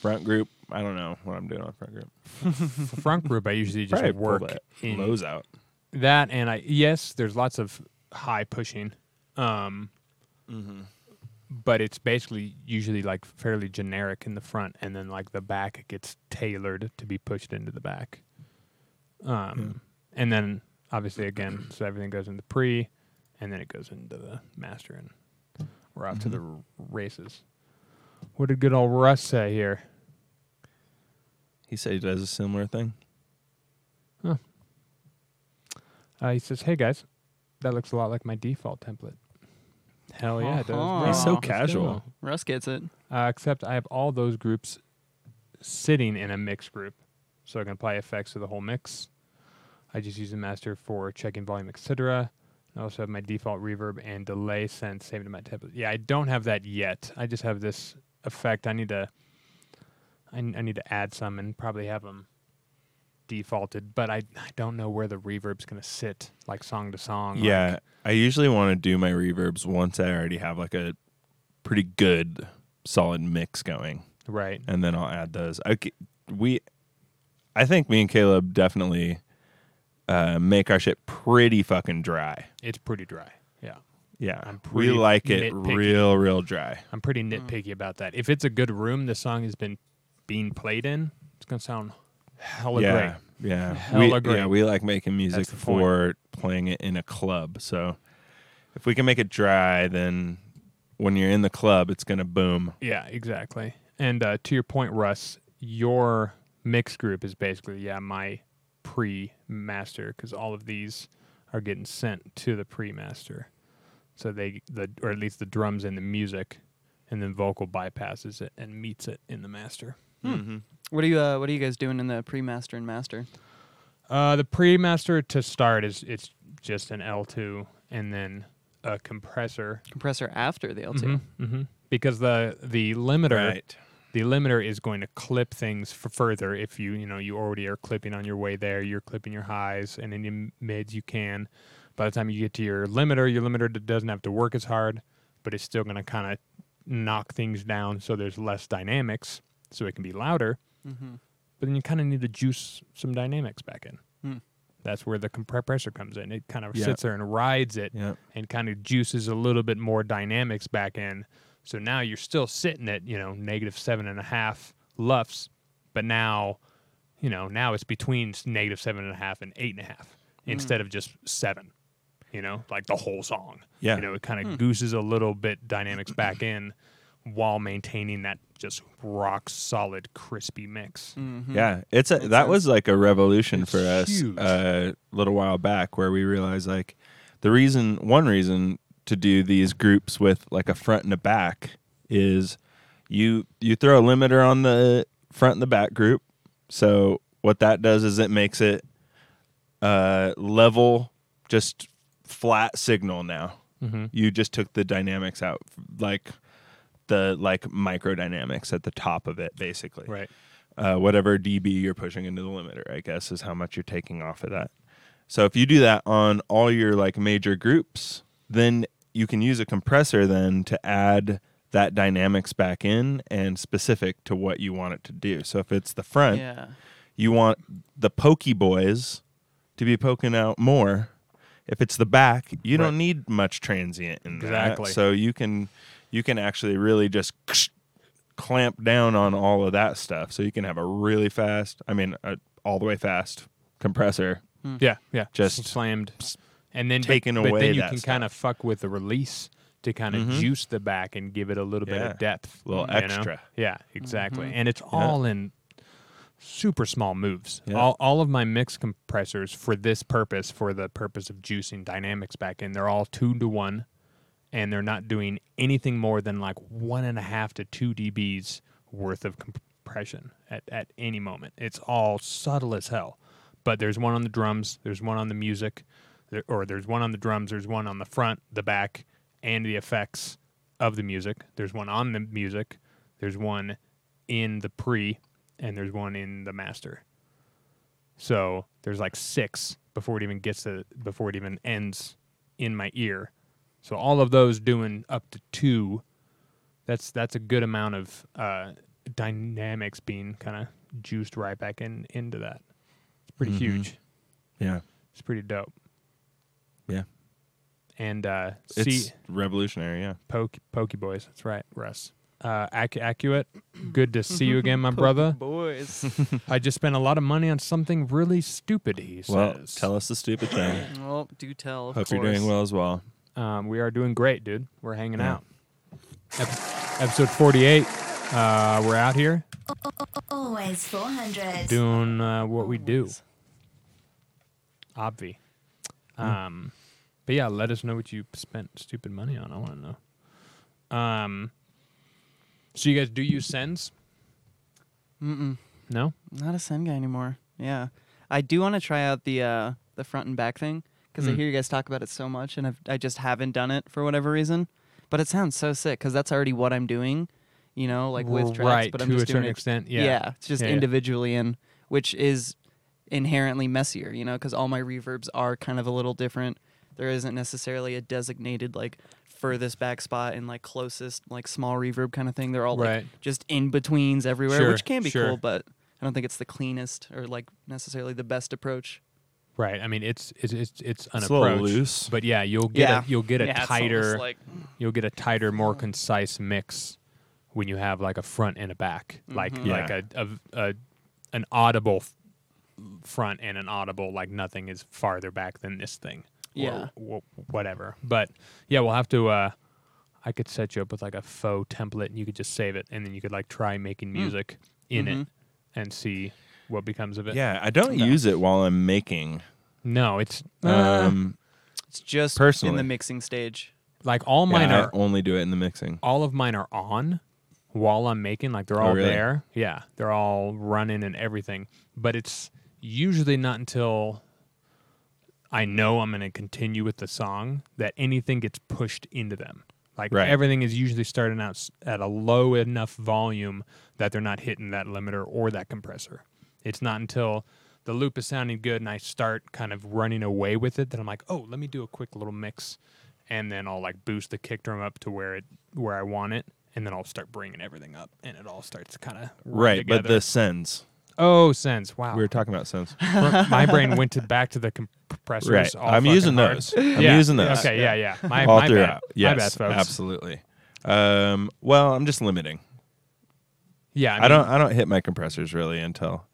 Speaker 3: front group. I don't know what I'm doing on front group.
Speaker 2: For front group, I
Speaker 3: *laughs*
Speaker 2: usually just
Speaker 3: Probably pull
Speaker 2: work
Speaker 3: that
Speaker 2: in
Speaker 3: lows out.
Speaker 2: that, and I yes, there's lots of high pushing, um, but it's basically usually like fairly generic in the front, and then like the back gets tailored to be pushed into the back. Um, And then obviously again, so everything goes into pre, and then it goes into the master, and we're off to the r- races. What did good old Russ say here?
Speaker 3: He said he does a similar thing.
Speaker 2: Uh, he says, "Hey guys, that looks a lot like my default template." Hell yeah, it does.
Speaker 1: Uh-huh.
Speaker 2: bro.
Speaker 1: He's so
Speaker 2: Let's go.
Speaker 3: casual.
Speaker 1: Russ gets it.
Speaker 2: Uh, except I have all those groups sitting in a mixed group, so I can apply effects to the whole mix. I just use the master for checking volume, etc. I also have my default reverb and delay sense saved in my template. Yeah, I don't have that yet. I just have this effect. I need to. I, n- I need to add some and probably have them defaulted, but I, I don't know where the reverb's gonna sit, like song to song. like-
Speaker 3: Yeah, I usually want to do my reverbs once I already have like a pretty good solid mix going,
Speaker 2: right.
Speaker 3: and then I'll add those. I c- we, I think me and Caleb definitely uh, make our shit pretty fucking dry.
Speaker 2: It's pretty dry. Yeah.
Speaker 3: Yeah,
Speaker 2: I'm
Speaker 3: we
Speaker 2: pretty
Speaker 3: like it
Speaker 2: nitpicky.
Speaker 3: real, real dry.
Speaker 2: I'm pretty nitpicky about that. If it's a good room the song has been being played in, it's gonna sound hella
Speaker 3: yeah,
Speaker 2: great.
Speaker 3: yeah,
Speaker 2: Hella
Speaker 3: we,
Speaker 2: great.
Speaker 3: yeah. We like making music
Speaker 2: That's the point.
Speaker 3: for playing it in a club. So if we can make it dry, then when you're in the club, it's gonna boom.
Speaker 2: Yeah, exactly. And uh, to your point, Russ, your mix group is basically yeah my pre-master because all of these are getting sent to the pre-master, so they the or at least the drums and the music, and then vocal bypasses it and meets it in the master.
Speaker 3: Mm-hmm.
Speaker 1: What are you uh, What are you guys doing in the pre-master and master?
Speaker 2: Uh, the pre-master to start is it's just an L2 and then a compressor
Speaker 1: Compressor after the L2.
Speaker 2: Mm-hmm. Because the the limiter
Speaker 3: Right.
Speaker 2: the limiter is going to clip things f- further if you you know you already are clipping on your way there you're clipping your highs and any m- mids you can by the time you get to your limiter your limiter d- doesn't have to work as hard but it's still going to kind of knock things down so there's less dynamics so it can be louder
Speaker 1: Mhm.
Speaker 2: but then you kind of need to juice some dynamics back in
Speaker 1: Hmm.
Speaker 2: that's where the compressor comes in it kind of
Speaker 3: Yeah.
Speaker 2: sits there and rides it
Speaker 3: Yeah.
Speaker 2: and kind of juices a little bit more dynamics back in. So now you're still sitting at, you know, negative seven and a half lufs, but now, you know, now it's between s- negative seven and a half and eight and a half instead of just seven, you know, like the whole song.
Speaker 3: Yeah.
Speaker 2: You know, it kind of gooses a little bit dynamics back in while maintaining that just rock solid, crispy mix.
Speaker 1: Mhm.
Speaker 3: Yeah, it's a,
Speaker 1: Makes
Speaker 3: that
Speaker 1: sense.
Speaker 3: was like a revolution
Speaker 2: Mm-hmm. It's
Speaker 3: for us
Speaker 2: huge.
Speaker 3: uh, a little while back, where we realized like the reason, one reason to do these groups with like a front and a back is you you throw a limiter on the front and the back group. So what that does is it makes it uh, level, just flat signal now.
Speaker 2: Mm-hmm.
Speaker 3: You just took the dynamics out, like the like micro dynamics at the top of it, basically
Speaker 2: Right.
Speaker 3: uh, whatever dB you're pushing into the limiter, I guess, is how much you're taking off of that. So if you do that on all your like major groups, then you can use a compressor then to add that dynamics back in and specific to what you want it to do. So if it's the front,
Speaker 1: Yeah.
Speaker 3: you want the pokey boys to be poking out more. If it's the back, you
Speaker 2: Right.
Speaker 3: don't need much transient in that.
Speaker 2: Exactly.
Speaker 3: So you can you can actually really just clamp down on all of that stuff. So you can have a really fast, I mean, a, all the way fast compressor.
Speaker 2: Yeah, yeah.
Speaker 3: Just
Speaker 2: Mm-hmm. slammed, and then but-
Speaker 3: taking
Speaker 2: but,
Speaker 3: away
Speaker 2: then you
Speaker 3: that Mm-hmm.
Speaker 2: can kind of fuck with the release to kind of juice the back and give it a little bit
Speaker 3: Yeah.
Speaker 2: of depth,
Speaker 3: Little
Speaker 2: you know?
Speaker 3: extra.
Speaker 2: Yeah, exactly. And it's all in super small moves.
Speaker 3: Yeah.
Speaker 2: All all of my mix compressors for this purpose, for the purpose of juicing dynamics back in, they're all two to one, and they're not doing anything more than like one and a half to two dBs worth of compression at, at any moment. It's all subtle as hell. But there's one on the drums, there's one on the music, there, or there's one on the drums, there's one on the front, the back, and the effects of the music. There's one on the music, there's one in the pre, and there's one in the master. So there's like six before it even gets to before it even ends in my ear. So all of those doing up to two. That's that's a good amount of uh, dynamics being kind of juiced right back in into that. It's pretty
Speaker 3: Mhm.
Speaker 2: huge.
Speaker 3: Yeah.
Speaker 2: It's pretty dope.
Speaker 3: Yeah.
Speaker 2: And uh, see
Speaker 3: It's revolutionary. Yeah.
Speaker 2: Poke, Pokey Boys. That's right, Russ. Uh, ac- accurate. Good to see
Speaker 3: *laughs*
Speaker 2: you again, my brother.
Speaker 1: *laughs* Boys.
Speaker 2: *laughs* I just spent a lot of money on something really stupid. He says.
Speaker 3: Well, tell us the stupid thing.
Speaker 1: well, do tell. Of
Speaker 3: Hope
Speaker 1: course.
Speaker 3: you're doing well as well.
Speaker 2: Um, we are doing great, dude. We're hanging
Speaker 3: Yeah.
Speaker 2: out. Ep- episode 48. Uh, we're out here
Speaker 4: Always 400.
Speaker 2: doing uh, what we do. Obvi.
Speaker 1: Hmm.
Speaker 2: Um, but yeah, let us know what you spent stupid money on. I want to know. Um, so you guys do use sends?
Speaker 1: Mm-mm.
Speaker 2: No?
Speaker 1: Not a Sen guy anymore. Yeah, I do want to try out the uh, the front and back thing because I
Speaker 2: Mm.
Speaker 1: hear you guys talk about it so much, and I've, I just haven't done it for whatever reason. But it sounds so sick because that's already what I'm doing, you know, like with tracks.
Speaker 2: right,
Speaker 1: but I'm
Speaker 2: to
Speaker 1: just
Speaker 2: a certain
Speaker 1: doing it
Speaker 2: extent. Yeah.
Speaker 1: it's just
Speaker 2: Yeah, yeah.
Speaker 1: individually and which is inherently messier, you know, because all my reverbs are kind of a little different. There isn't necessarily a designated like furthest back spot and like closest like small reverb kind of thing. They're all
Speaker 2: Right.
Speaker 1: like just in betweens everywhere,
Speaker 2: Sure,
Speaker 1: which can be
Speaker 2: sure.
Speaker 1: cool, but I don't think it's the cleanest or like necessarily the best approach.
Speaker 2: Right. I mean, it's it's it's it's an
Speaker 3: It's a little
Speaker 2: approach,
Speaker 3: loose.
Speaker 2: but yeah, you'll get
Speaker 1: Yeah.
Speaker 2: a, you'll get a
Speaker 1: Yeah, it's almost
Speaker 2: tighter
Speaker 1: like-
Speaker 2: you'll get a tighter, more concise mix when you have like a front and a back, like
Speaker 3: Yeah.
Speaker 2: like a, a, a an audible f- front and an audible like nothing is farther back than this thing.
Speaker 1: Yeah.
Speaker 2: Or, wh- whatever. But yeah, we'll have to. uh I could set you up with like a faux template, and you could just save it, and then you could like try making music in it and see what becomes of it.
Speaker 3: Yeah, I don't
Speaker 2: No.
Speaker 3: use it while I'm making.
Speaker 2: No, it's Ah,
Speaker 3: Um,
Speaker 1: It's just in
Speaker 3: Personally.
Speaker 1: the mixing stage.
Speaker 2: like all mine
Speaker 3: yeah,
Speaker 2: are
Speaker 3: I only do it in the mixing.
Speaker 2: all of mine are on while I'm making. Like they're
Speaker 3: Oh,
Speaker 2: all
Speaker 3: really?
Speaker 2: there. Yeah, they're all running and everything. But it's usually not until I know I'm going to continue with the song that anything gets pushed into them. Like
Speaker 3: Right.
Speaker 2: everything is usually starting out s- at a low enough volume that they're not hitting that limiter or that compressor. It's not until the loop is sounding good and I start kind of running away with it that I'm like, oh, let me do a quick little mix, and then I'll like boost the kick drum up to where it where I want it, and then I'll start bringing everything up, and it all starts kind of
Speaker 3: Right, but the sends.
Speaker 2: oh sense wow
Speaker 3: We were talking about sends.
Speaker 2: my brain went to back to the compressors.
Speaker 3: right.
Speaker 2: all
Speaker 3: I'm
Speaker 2: fucking
Speaker 3: using
Speaker 2: hard. *laughs*
Speaker 3: those. I'm
Speaker 2: Yeah.
Speaker 3: using those.
Speaker 2: Okay, yeah, yeah. *laughs* My,
Speaker 3: All
Speaker 2: my
Speaker 3: throughout.
Speaker 2: bad.
Speaker 3: Yes,
Speaker 2: my bad, folks.
Speaker 3: absolutely. Um, well, I'm just limiting.
Speaker 2: Yeah,
Speaker 3: I,
Speaker 2: mean,
Speaker 3: don't. I don't hit my compressors really until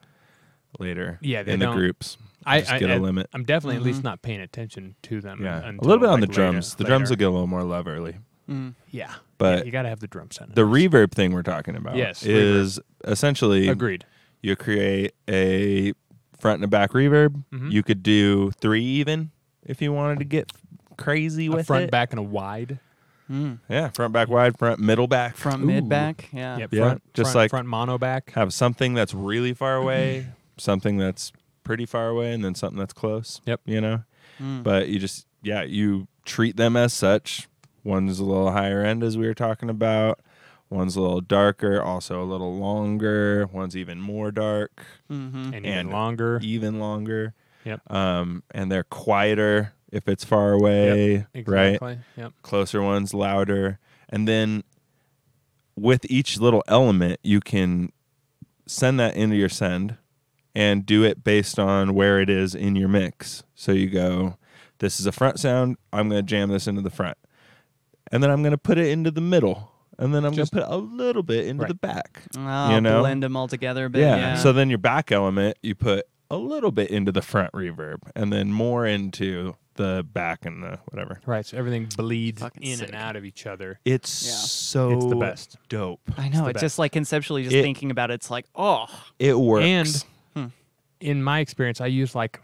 Speaker 3: later.
Speaker 2: Yeah, they
Speaker 3: in the
Speaker 2: don't-
Speaker 3: groups.
Speaker 2: I,
Speaker 3: just
Speaker 2: I,
Speaker 3: get a
Speaker 2: I-
Speaker 3: limit.
Speaker 2: I'm definitely at least not paying attention to them.
Speaker 3: yeah,
Speaker 2: un-
Speaker 3: a little
Speaker 2: until,
Speaker 3: bit
Speaker 2: like,
Speaker 3: on the
Speaker 2: later-
Speaker 3: drums. the drums will
Speaker 2: later.
Speaker 3: get a little more love early.
Speaker 1: Mm.
Speaker 2: Yeah,
Speaker 3: but-
Speaker 2: you got to have the drum sound.
Speaker 3: The reverb thing we're talking about
Speaker 2: Yes, reverb.
Speaker 3: is essentially
Speaker 2: agreed.
Speaker 3: you create a front and a back reverb.
Speaker 2: Mhm.
Speaker 3: You could do three even if you wanted to get crazy
Speaker 2: A
Speaker 3: with
Speaker 2: front,
Speaker 3: it.
Speaker 2: back, and a wide.
Speaker 1: Mm.
Speaker 3: Yeah, front back wide, front middle back,
Speaker 1: Front
Speaker 3: Ooh.
Speaker 1: mid back. Yeah.
Speaker 2: Yeah,
Speaker 3: Yeah,
Speaker 2: front,
Speaker 3: just
Speaker 2: front,
Speaker 3: like-
Speaker 2: front mono back.
Speaker 3: Have something that's really far
Speaker 2: Mm-hmm.
Speaker 3: away, something that's pretty far away, and then something that's close.
Speaker 2: Yep.
Speaker 3: You know,
Speaker 1: Mm.
Speaker 3: but you just yeah you treat them as such. One's a little higher end as we were talking about. One's a little darker, also a little longer. One's even more dark.
Speaker 1: Mhm.
Speaker 2: And even
Speaker 3: and
Speaker 2: longer.
Speaker 3: even longer.
Speaker 2: Yep.
Speaker 3: Um, and they're quieter if it's far away, right?
Speaker 2: exactly. Yep.
Speaker 3: Closer ones louder, and then with each little element, you can send that into your send and do it based on where it is in your mix. So you go, this is a front sound. I'm going to jam this into the front, and then I'm going to put it into the middle, and then I'm going
Speaker 2: Just-
Speaker 3: to put a little bit into
Speaker 2: Right.
Speaker 3: the back.
Speaker 1: Ah,
Speaker 3: you know?
Speaker 1: blend them all together a bit.
Speaker 3: Yeah.
Speaker 1: Yeah.
Speaker 3: So then your back element, you put a little bit into the front reverb and then more into the back and the whatever.
Speaker 2: Right. So everything bleeds
Speaker 1: Fucking
Speaker 2: in
Speaker 1: sick.
Speaker 2: and out of each other.
Speaker 3: It's
Speaker 1: Yeah.
Speaker 3: so
Speaker 2: It's the best.
Speaker 3: dope.
Speaker 1: I know.
Speaker 2: the
Speaker 1: It's just
Speaker 2: best.
Speaker 1: like conceptually, just
Speaker 3: It-
Speaker 1: thinking about it, it's like, oh,
Speaker 3: It works.
Speaker 2: And
Speaker 1: Hmm.
Speaker 2: in my experience, I use like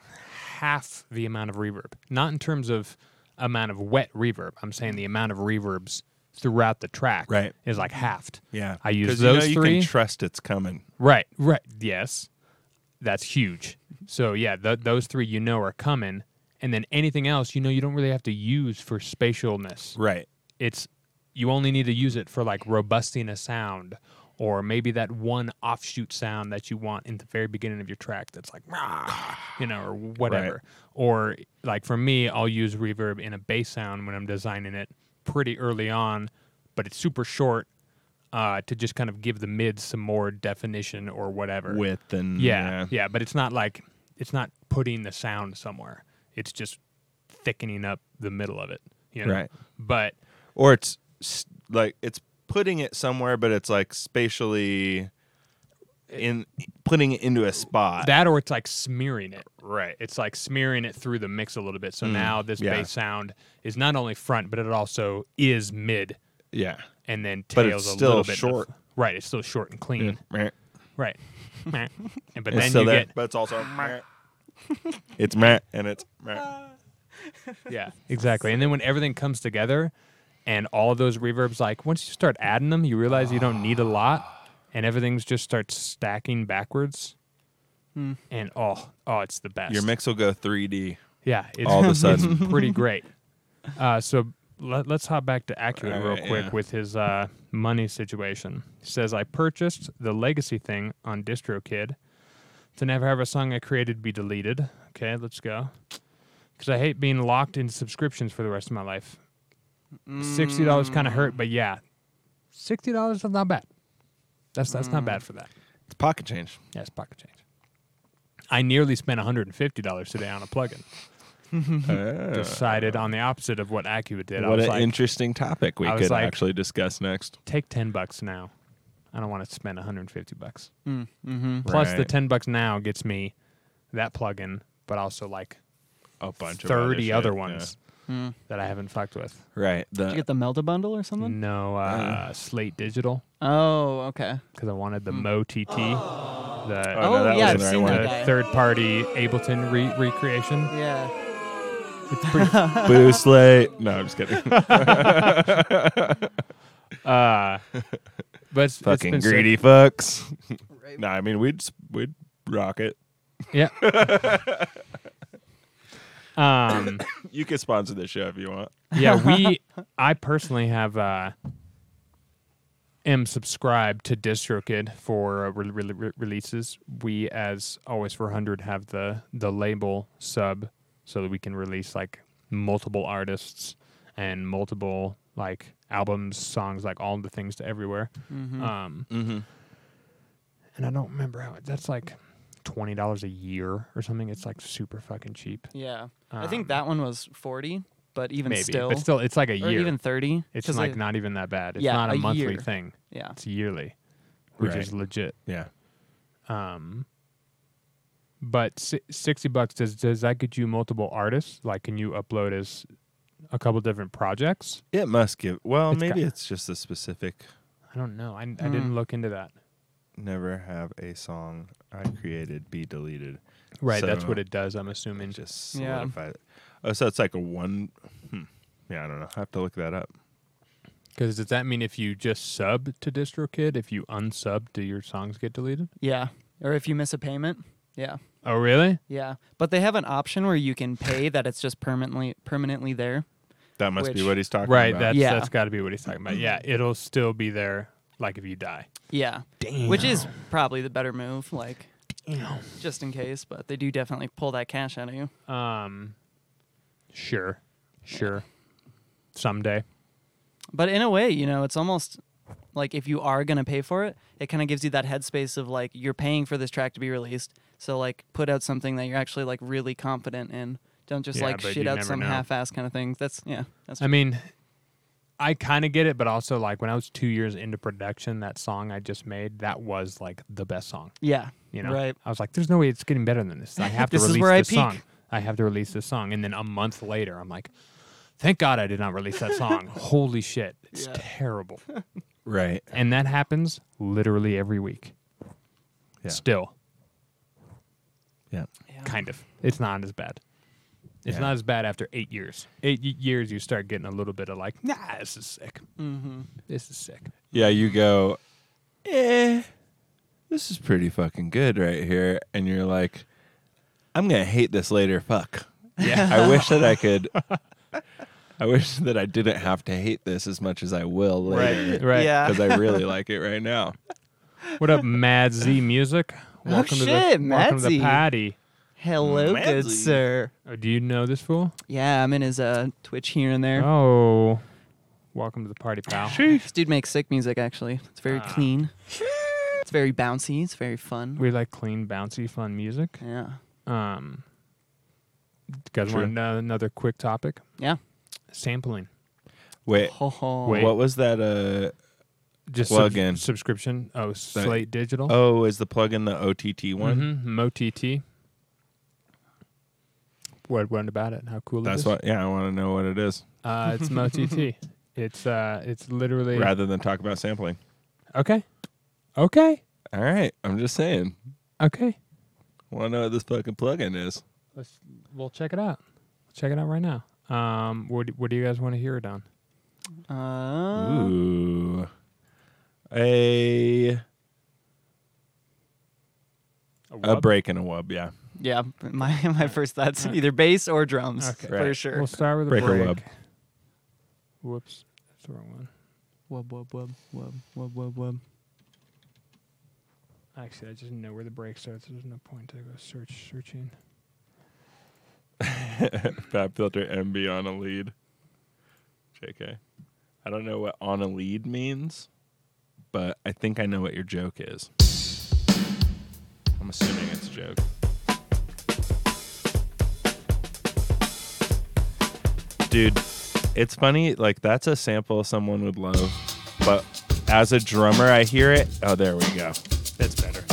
Speaker 2: half the amount of reverb. Not in terms of amount of wet reverb. I'm saying the amount of reverbs throughout the track
Speaker 3: Right.
Speaker 2: is like halved.
Speaker 3: yeah,
Speaker 2: I use
Speaker 3: 'Cause you know
Speaker 2: those
Speaker 3: you
Speaker 2: three.
Speaker 3: can trust it's coming.
Speaker 2: Right, right. Yes. That's huge. So yeah, th- those three you know are coming. And then anything else you know you don't really have to use for spatialness.
Speaker 3: Right.
Speaker 2: It's you only need to use it for like robusting a sound or maybe that one offshoot sound that you want in the very beginning of your track that's like *sniffs* "Rah," you know or whatever. Or like for me, I'll use reverb in a bass sound when I'm designing it pretty early on, but it's super short uh, to just kind of give the mids some more definition or whatever.
Speaker 3: Width and
Speaker 2: Yeah, yeah, but it's not like it's not putting the sound somewhere. It's just thickening up the middle of it. You know?
Speaker 3: Right.
Speaker 2: But
Speaker 3: Or it's s- like it's putting it somewhere, but it's like spatially in putting it into a spot.
Speaker 2: that or it's like smearing it. Right. It's like smearing it through the mix a little bit. So now this
Speaker 3: Mm. yeah.
Speaker 2: bass sound is not only front, but it also is mid
Speaker 3: yeah.
Speaker 2: and then tails
Speaker 3: But it's
Speaker 2: a
Speaker 3: still
Speaker 2: little bit. in the
Speaker 3: short.
Speaker 2: f- right. It's still short and clean.
Speaker 3: Right.
Speaker 2: Right. Mm. and, but
Speaker 3: It's
Speaker 2: then
Speaker 3: still
Speaker 2: you
Speaker 3: there,
Speaker 2: get
Speaker 3: but
Speaker 2: *laughs*
Speaker 3: it's also meh. it's meh and it's meh.
Speaker 2: Yeah, exactly. And then when everything comes together and all those reverbs, like once you start adding them, you realize you don't need a lot. and everything's just starts stacking backwards.
Speaker 1: Hmm.
Speaker 2: And oh, oh, it's the best.
Speaker 3: Your mix will go 3D.
Speaker 2: yeah, it's, *laughs*
Speaker 3: all of a
Speaker 2: it's
Speaker 3: sudden.
Speaker 2: pretty great. Uh, so let, us hop back to Accurate
Speaker 3: All right,
Speaker 2: real quick
Speaker 3: yeah.
Speaker 2: with his uh, money situation. He says I purchased the legacy thing on DistroKid to never have a song I created be deleted. Okay, let's go. Because I hate being locked into subscriptions for the rest of my life. Sixty dollars kind of hurt, but yeah, sixty dollars is not bad. That's that's not bad for that.
Speaker 3: It's
Speaker 2: *laughs*
Speaker 3: pocket change.
Speaker 2: Yes, pocket change. I nearly spent one hundred and fifty dollars today on a plugin.
Speaker 3: Ah.
Speaker 2: Decided on the opposite of what Acura did. I
Speaker 3: what
Speaker 2: was
Speaker 3: an
Speaker 2: like,
Speaker 3: interesting topic we
Speaker 2: I was
Speaker 3: could
Speaker 2: like-
Speaker 3: actually discuss next.
Speaker 2: take ten bucks now. I don't want to spend one hundred and fifty bucks.
Speaker 1: Mm-hmm.
Speaker 2: Plus, the
Speaker 3: Right.
Speaker 2: ten bucks now gets me that plugin, but also like
Speaker 3: A bunch of
Speaker 2: thirty
Speaker 3: shit,
Speaker 2: other
Speaker 3: yeah.
Speaker 2: ones
Speaker 1: Mm.
Speaker 2: that I haven't fucked with.
Speaker 3: Right.
Speaker 1: Did you
Speaker 3: The,
Speaker 1: get the Melda bundle or something?
Speaker 2: No, uh, Slate Digital
Speaker 1: Oh, okay.
Speaker 2: because I wanted the Mo TT, the
Speaker 3: Oh, no, that
Speaker 1: yeah, I've
Speaker 3: wasn't the
Speaker 1: seen
Speaker 3: right
Speaker 1: that
Speaker 2: the
Speaker 1: guy.
Speaker 2: third-party Ableton re- recreation.
Speaker 1: Yeah.
Speaker 3: boo slate. *laughs* No, I'm just kidding.
Speaker 2: Uh, but it's, it's
Speaker 3: Fucking
Speaker 2: been sick.
Speaker 3: greedy fucks.
Speaker 1: Right.
Speaker 3: no, I mean we'd s- we'd rock it.
Speaker 2: Yeah. um.
Speaker 3: You could sponsor this show if you want.
Speaker 2: Yeah.
Speaker 1: *laughs*
Speaker 2: We. I personally have. Uh, am subscribed to DistroKid for uh, re- re- re- releases. We, as always for hundred, have the the label sub so that we can release like multiple artists and multiple like albums, songs, like all the things to everywhere. Um.
Speaker 3: Mm-hmm.
Speaker 2: and I don't remember how that's like twenty dollars a year or something. It's like super fucking cheap.
Speaker 1: Yeah. I think
Speaker 2: Um,
Speaker 1: that one was 40, but even
Speaker 2: Maybe,
Speaker 1: still,
Speaker 2: but still, it's like a
Speaker 1: or
Speaker 2: year.
Speaker 1: even 30.
Speaker 2: it's
Speaker 1: 'cause
Speaker 2: like
Speaker 1: I-
Speaker 2: not even that bad. It's
Speaker 1: Yeah,
Speaker 2: not a,
Speaker 1: a
Speaker 2: monthly
Speaker 1: year.
Speaker 2: thing.
Speaker 1: Yeah.
Speaker 2: It's yearly, which
Speaker 3: Right.
Speaker 2: is legit.
Speaker 3: Yeah.
Speaker 2: Um, but si- sixty bucks does does that get you multiple artists? Like, can you upload as a couple different projects?
Speaker 3: It must give. Well,
Speaker 2: It's
Speaker 3: maybe
Speaker 2: got-
Speaker 3: it's just a specific.
Speaker 2: I don't know. I, I didn't look into that.
Speaker 3: Never have a song I created be deleted.
Speaker 2: Right, that's
Speaker 3: So-
Speaker 2: what it does. I'm assuming.
Speaker 3: It just
Speaker 1: Yeah.
Speaker 3: solidified it. Oh, so it's like a one. Hmm. Yeah, I don't know. I have to look that up.
Speaker 2: Because does that mean if you just sub to DistroKid, if you unsub, do your songs get deleted?
Speaker 1: Yeah. Or if you miss a payment. Yeah.
Speaker 2: Oh, really?
Speaker 1: Yeah. But they have an option where you can pay that it's just permanently permanently there.
Speaker 3: That must be
Speaker 1: Which-
Speaker 3: what he's talking
Speaker 2: Right.
Speaker 3: about.
Speaker 2: That's
Speaker 1: Yeah.
Speaker 2: that's got to be what he's talking about. Yeah, it'll still be there, like if you die.
Speaker 1: Yeah.
Speaker 2: Damn.
Speaker 1: Which is probably the better move, like
Speaker 2: Damn.
Speaker 1: just in case, but they do definitely pull that cash out of you.
Speaker 2: Um, sure, sure. Someday.
Speaker 1: But in a way, you know, it's almost like if you are going to pay for it, it kind of gives you that headspace of like you're paying for this track to be released. So like put out something that you're actually like really confident in. Don't just
Speaker 2: Yeah,
Speaker 1: like
Speaker 2: but
Speaker 1: shit
Speaker 2: you
Speaker 1: out
Speaker 2: never
Speaker 1: some
Speaker 2: know.
Speaker 1: half-ass kind of thing. That's yeah. That's
Speaker 2: I mean, I kind of get it, but also like when I was two years into production, that song I just made, that was like the best song.
Speaker 1: yeah.
Speaker 2: You know,
Speaker 1: Right.
Speaker 2: I was like, "There's no way it's getting better than this.
Speaker 1: *laughs*
Speaker 2: I have to
Speaker 1: This is
Speaker 2: release
Speaker 1: where I
Speaker 2: this
Speaker 1: peak.
Speaker 2: song. I have to release this song." And then a month later, I'm like, "Thank God I did not release that
Speaker 1: *laughs*
Speaker 2: song. Holy shit, it's
Speaker 1: Yeah. *laughs*
Speaker 2: terrible."
Speaker 3: Right.
Speaker 2: And that happens literally every week.
Speaker 3: Yeah.
Speaker 2: Still,
Speaker 3: Yeah.
Speaker 1: Yeah.
Speaker 2: kind of. It's not as bad. It's
Speaker 3: Yeah.
Speaker 2: not as bad after eight years. Eight y- years, you start getting a little bit of like, nah, this is sick.
Speaker 1: Mhm.
Speaker 2: This is sick.
Speaker 3: Yeah, you go. Eh, this is pretty fucking good right here, and you're like, I'm gonna hate this later. Fuck.
Speaker 2: Yeah.
Speaker 3: I wish that
Speaker 2: *laughs*
Speaker 3: I could. I wish that I didn't have to hate this as much as I will
Speaker 2: right.
Speaker 3: later.
Speaker 2: Right.
Speaker 1: Yeah.
Speaker 3: Because I really like it right now.
Speaker 2: What up, Mad
Speaker 1: *laughs*
Speaker 2: Z Music? Welcome to
Speaker 1: Oh, shit,
Speaker 2: the
Speaker 1: Mad
Speaker 2: welcome to the
Speaker 1: Z.
Speaker 2: patty.
Speaker 1: Hello,
Speaker 2: Mm,
Speaker 1: good
Speaker 3: Madly.
Speaker 1: sir.
Speaker 2: Oh, do you know this fool?
Speaker 1: Yeah, I'm in his uh, Twitch here and there.
Speaker 2: Oh, welcome to the party, pal.
Speaker 1: This dude makes sick music, actually. It's very
Speaker 2: Ah.
Speaker 1: clean. It's very bouncy. It's very fun.
Speaker 2: We like clean, bouncy, fun music.
Speaker 1: yeah.
Speaker 2: Um, you guys
Speaker 3: True.
Speaker 2: want ano- another quick topic?
Speaker 1: Yeah.
Speaker 2: Sampling.
Speaker 3: Wait,
Speaker 1: Ho ho.
Speaker 2: Wait.
Speaker 3: what was that? Uh,
Speaker 2: Just
Speaker 3: Plugin.
Speaker 2: subscription. Oh, Slate Digital.
Speaker 3: oh, is the plug in the OTT one?
Speaker 2: Mm-hmm. MoTT. What what about it? How cool it
Speaker 3: That's
Speaker 2: is.
Speaker 3: what. Yeah, I want to know what it is,
Speaker 2: Uh, it's
Speaker 3: *laughs*
Speaker 2: MoTT. it's uh, it's literally
Speaker 3: rather than talk about sampling.
Speaker 2: okay, okay,
Speaker 3: All right, I'm just saying.
Speaker 2: okay.
Speaker 3: Want to know what this fucking plug-in is?
Speaker 2: Let's we'll check it out. Check it out right now. Um, what do- what do you guys want to hear it on?
Speaker 1: Uh,
Speaker 3: Ooh. A A
Speaker 2: wub?
Speaker 3: break and a wub, yeah.
Speaker 1: Yeah, *laughs* my my first thoughts either bass or drums
Speaker 2: Okay.
Speaker 1: for
Speaker 3: Right.
Speaker 1: sure.
Speaker 2: We'll start with a
Speaker 3: Break or
Speaker 2: break.
Speaker 3: wub.
Speaker 2: Whoops, that's the wrong one.
Speaker 1: Wub wub wub wub wub wub wub.
Speaker 2: Actually, I just know where the break starts. There's no point to go search searching.
Speaker 3: Fat filter MB on a lead. JK. I don't know what on a lead means, but I think I know what your joke is. I'm assuming it's a joke. Dude, it's funny, like that's a sample someone would love. But as a drummer I hear it. Oh there we go.
Speaker 2: That's better.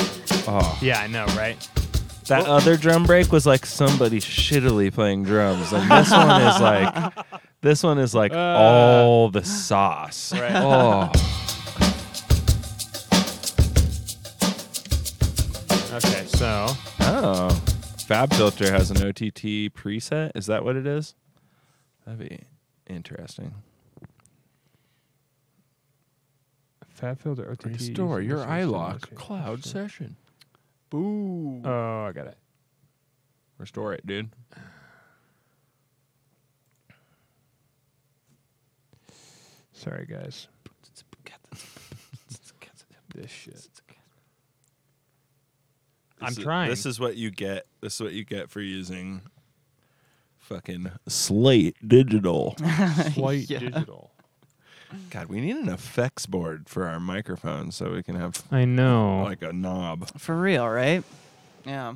Speaker 3: Oh.
Speaker 2: Yeah, I know, right?
Speaker 3: That other drum break was like somebody shittily playing drums, and this one is like, this one is like all the sauce.
Speaker 2: Right.
Speaker 3: Oh,
Speaker 2: Okay, so
Speaker 3: oh. Fab Filter has an OTT preset. Is that what it is? That'd be interesting.
Speaker 2: Fab Filter OTT.
Speaker 3: session.
Speaker 1: Boo.
Speaker 2: Oh, I got it.
Speaker 3: Restore it, dude.
Speaker 2: Sorry, guys. This shit. I'm
Speaker 3: This is-
Speaker 2: trying.
Speaker 3: This is what you get. This is what you get for using fucking Slate
Speaker 2: *laughs*
Speaker 3: Digital.
Speaker 2: Slight
Speaker 1: *laughs* Yeah.
Speaker 2: digital.
Speaker 3: God, we need an effects board for our microphone so we can have
Speaker 2: I know.
Speaker 3: like a knob.
Speaker 1: For real, right? Yeah.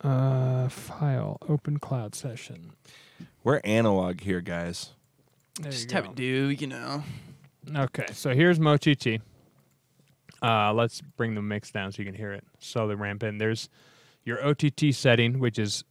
Speaker 2: uh, file open cloud session.
Speaker 3: We're analog here, guys.
Speaker 2: There
Speaker 1: Just
Speaker 2: you
Speaker 1: have
Speaker 2: go.
Speaker 1: it do, you know.
Speaker 2: Okay, so here's Mochichi. Uh, let's bring the mix down so you can hear it. So the ramp in. There's your OTT setting, which is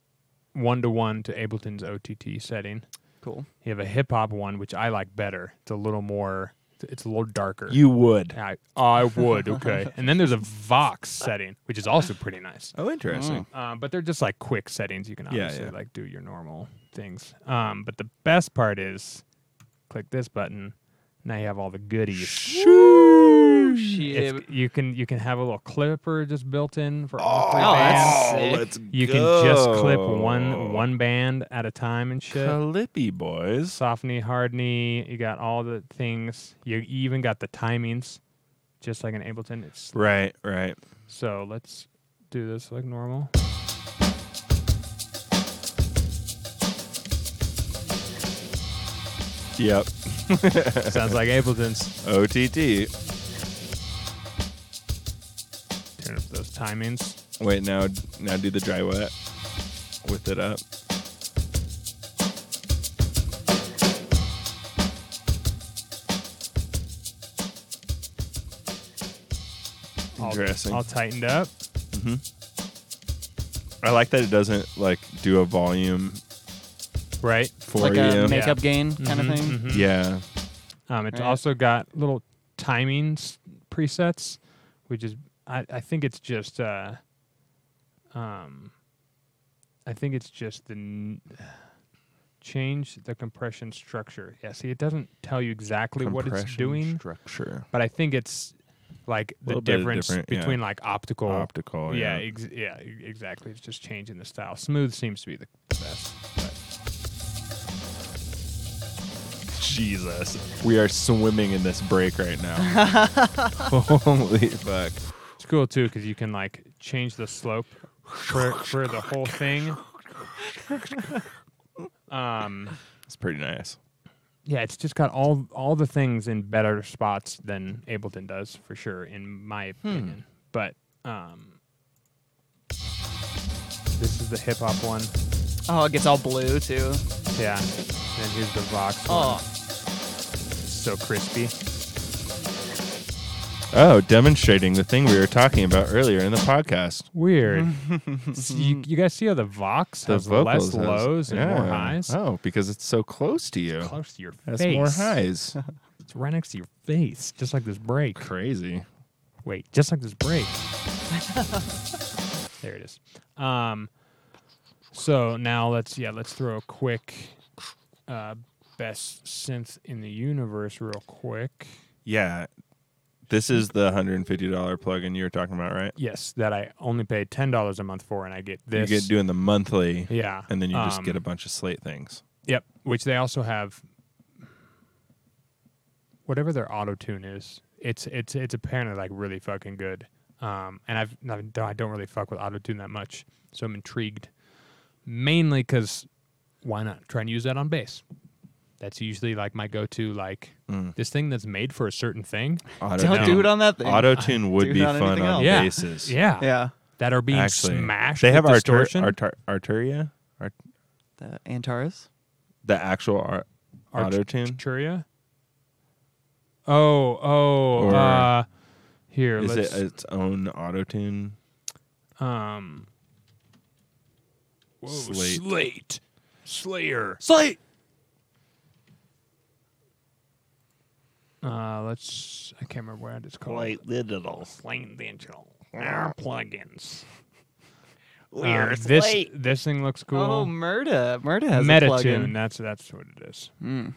Speaker 2: one to one to Ableton's OTT setting.
Speaker 1: Cool.
Speaker 2: You have a hip hop one, which I like better. It's a little more. It's a little darker.
Speaker 3: You would.
Speaker 2: I, I would
Speaker 1: *laughs*
Speaker 2: okay. and then there's a Vox setting, which is also pretty nice.
Speaker 3: Oh, interesting.
Speaker 2: Um, but they're just like quick settings. You can
Speaker 3: Yeah,
Speaker 2: obviously
Speaker 3: yeah.
Speaker 2: like do your normal things. Um, but the best part is, click this button. Now you have all the goodies. It's-
Speaker 1: Shit.
Speaker 2: you can you can have a little clipper just built in for all three
Speaker 1: Oh,
Speaker 2: bands.
Speaker 1: that's sick.
Speaker 3: let's
Speaker 2: You can just clip
Speaker 3: go.
Speaker 2: one one band at a time and shit.
Speaker 3: Clippy boys.
Speaker 2: Soft knee, hard knee. You got all the things. You even got the timings, just like in Ableton. It's
Speaker 3: Right, right.
Speaker 2: so let's do this like
Speaker 3: *laughs*
Speaker 2: normal.
Speaker 3: Yep.
Speaker 2: Sounds like Ableton's.
Speaker 3: OTT.
Speaker 2: Turn up those timings.
Speaker 3: Wait, now now do the dry wet with it up.
Speaker 2: All-
Speaker 3: Interesting.
Speaker 2: All tightened up.
Speaker 3: I like that it doesn't like do a volume
Speaker 2: Right.
Speaker 3: for
Speaker 1: Like
Speaker 3: you.
Speaker 1: a makeup
Speaker 2: Yeah.
Speaker 1: gain kind
Speaker 2: Mhm,
Speaker 1: of thing.
Speaker 2: mhm.
Speaker 3: yeah.
Speaker 2: Um, it's
Speaker 1: Right.
Speaker 2: also got little timings presets, which is I, I think it's just uh, um, I think it's just the n- change the compression structure. Yeah, see, it doesn't tell you exactly what it's
Speaker 3: Compression
Speaker 2: doing,
Speaker 3: Structure.
Speaker 2: but I think it's like the
Speaker 3: Little bit
Speaker 2: difference
Speaker 3: different, yeah.
Speaker 2: between like optical.
Speaker 3: Optical.
Speaker 2: Oh, yeah,
Speaker 3: Yeah.
Speaker 2: ex- yeah, e- exactly. It's just changing the style. Smooth seems to be the, the best. but-
Speaker 3: Jesus. We are swimming in this break right now.
Speaker 1: *laughs*
Speaker 3: Holy fuck.
Speaker 2: It's cool too because you can like change the slope for, for the whole thing. um,
Speaker 3: It's pretty nice.
Speaker 2: yeah, it's just got all all the things in better spots than Ableton does for sure, in my opinion. But um, this is the hip hop one.
Speaker 1: Oh, it gets all blue too.
Speaker 2: Yeah, and here's the Vox one.
Speaker 1: Oh,
Speaker 2: It's so crispy.
Speaker 3: Oh, demonstrating the thing we were talking about earlier in the podcast.
Speaker 2: Weird. S- you, you guys see how the Vox
Speaker 3: The
Speaker 2: has less
Speaker 3: vocals has-
Speaker 2: lows and more
Speaker 3: yeah.
Speaker 2: highs?
Speaker 3: Oh, because it's so close to you.
Speaker 2: Close to your
Speaker 3: That's
Speaker 2: face. *laughs*
Speaker 3: more highs.
Speaker 2: It's right next to your face, just like this break.
Speaker 3: Crazy.
Speaker 2: Wait, just like this break. there it is. Um, so now let's yeah let's throw a quick uh, best synth in the universe real quick.
Speaker 3: Yeah. This is the $150 plugin you were talking about, right?
Speaker 2: Yes, that I only pay ten dollars a month for, and I get this.
Speaker 3: You get doing the monthly,
Speaker 2: yeah,
Speaker 3: and then you just
Speaker 2: um,
Speaker 3: get a bunch of slate things.
Speaker 2: Yep, which they also have. Whatever their auto tune is, it's it's it's apparently like really fucking good. Um, and I've, I've I don't really fuck with auto tune that much, so I'm intrigued. Mainly because why not try and use that on bass? That's usually like my go-to. Like
Speaker 3: Hmm.
Speaker 2: this thing that's made for a certain thing.
Speaker 3: Auto
Speaker 1: Don't do it on that thing.
Speaker 3: Auto tune would
Speaker 1: Do it
Speaker 3: be
Speaker 1: on
Speaker 3: fun
Speaker 1: anything
Speaker 3: on
Speaker 1: else.
Speaker 2: Yeah.
Speaker 3: bases.
Speaker 2: Yeah,
Speaker 1: Yeah.
Speaker 2: that are being
Speaker 3: Actually,
Speaker 2: smashed.
Speaker 3: they have
Speaker 2: with
Speaker 3: Artur-
Speaker 2: distortion.
Speaker 3: Artur- Arturia, Art-
Speaker 1: The Antares.
Speaker 3: the actual ar-
Speaker 2: Art-
Speaker 3: auto tune.
Speaker 2: Arturia? Oh, oh,
Speaker 3: Or-
Speaker 2: uh, here.
Speaker 3: Is
Speaker 2: let's,
Speaker 3: it its own auto tune?
Speaker 2: um, whoa,
Speaker 3: Slate.
Speaker 2: Slate. Slayer.
Speaker 1: Slate.
Speaker 2: Uh, let's. I can't remember what it's called.
Speaker 5: digital.
Speaker 2: Slate Digital.
Speaker 5: Our
Speaker 2: plugins.
Speaker 5: We're
Speaker 2: Uh, Um, this
Speaker 5: Slate.
Speaker 2: this thing looks cool.
Speaker 1: Oh, Murda. Murda has a
Speaker 2: Metatune.
Speaker 1: plugin.
Speaker 2: That's that's what it is.
Speaker 1: Mm.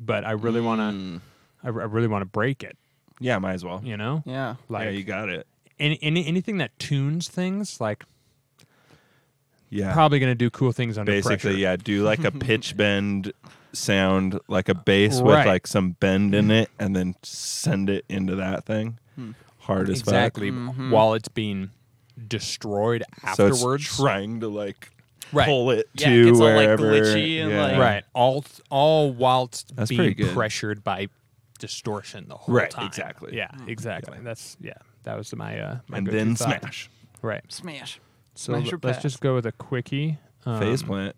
Speaker 2: But I really wanna. I, I really wanna break it.
Speaker 3: Hmm. Yeah, might as well.
Speaker 2: You know.
Speaker 1: Yeah.
Speaker 2: Like
Speaker 3: yeah, you got it.
Speaker 2: any, any anything that tunes things like
Speaker 3: Yeah.
Speaker 2: probably gonna do cool things under
Speaker 3: Basically,
Speaker 2: pressure.
Speaker 3: yeah, do
Speaker 2: *laughs*
Speaker 3: like a pitch bend sound, like a bass with
Speaker 2: Right. Hmm.
Speaker 3: like some bend in it, and then send it into that thing hard as
Speaker 2: exactly
Speaker 1: Mm-hmm.
Speaker 2: while it's being destroyed
Speaker 3: fuck. So
Speaker 2: afterwards.
Speaker 3: it's trying to like
Speaker 2: Right.
Speaker 3: pull it
Speaker 1: Yeah, it
Speaker 3: to
Speaker 1: gets all, like,
Speaker 3: wherever.
Speaker 1: glitchy and, like-
Speaker 2: right, all th- all whilst
Speaker 3: That's pretty
Speaker 2: being
Speaker 3: good.
Speaker 2: pressured by distortion the whole
Speaker 3: Right,
Speaker 2: time.
Speaker 3: exactly.
Speaker 2: Yeah,
Speaker 1: Mm.
Speaker 2: exactly. That's yeah. That was my uh my
Speaker 3: and
Speaker 2: go-to
Speaker 3: then
Speaker 2: thought.
Speaker 3: smash.
Speaker 2: Right.
Speaker 1: Smash.
Speaker 2: So
Speaker 1: Smash
Speaker 2: l-
Speaker 1: or
Speaker 2: let's
Speaker 1: pass.
Speaker 2: just go with a quickie. Um,
Speaker 3: Faceplant,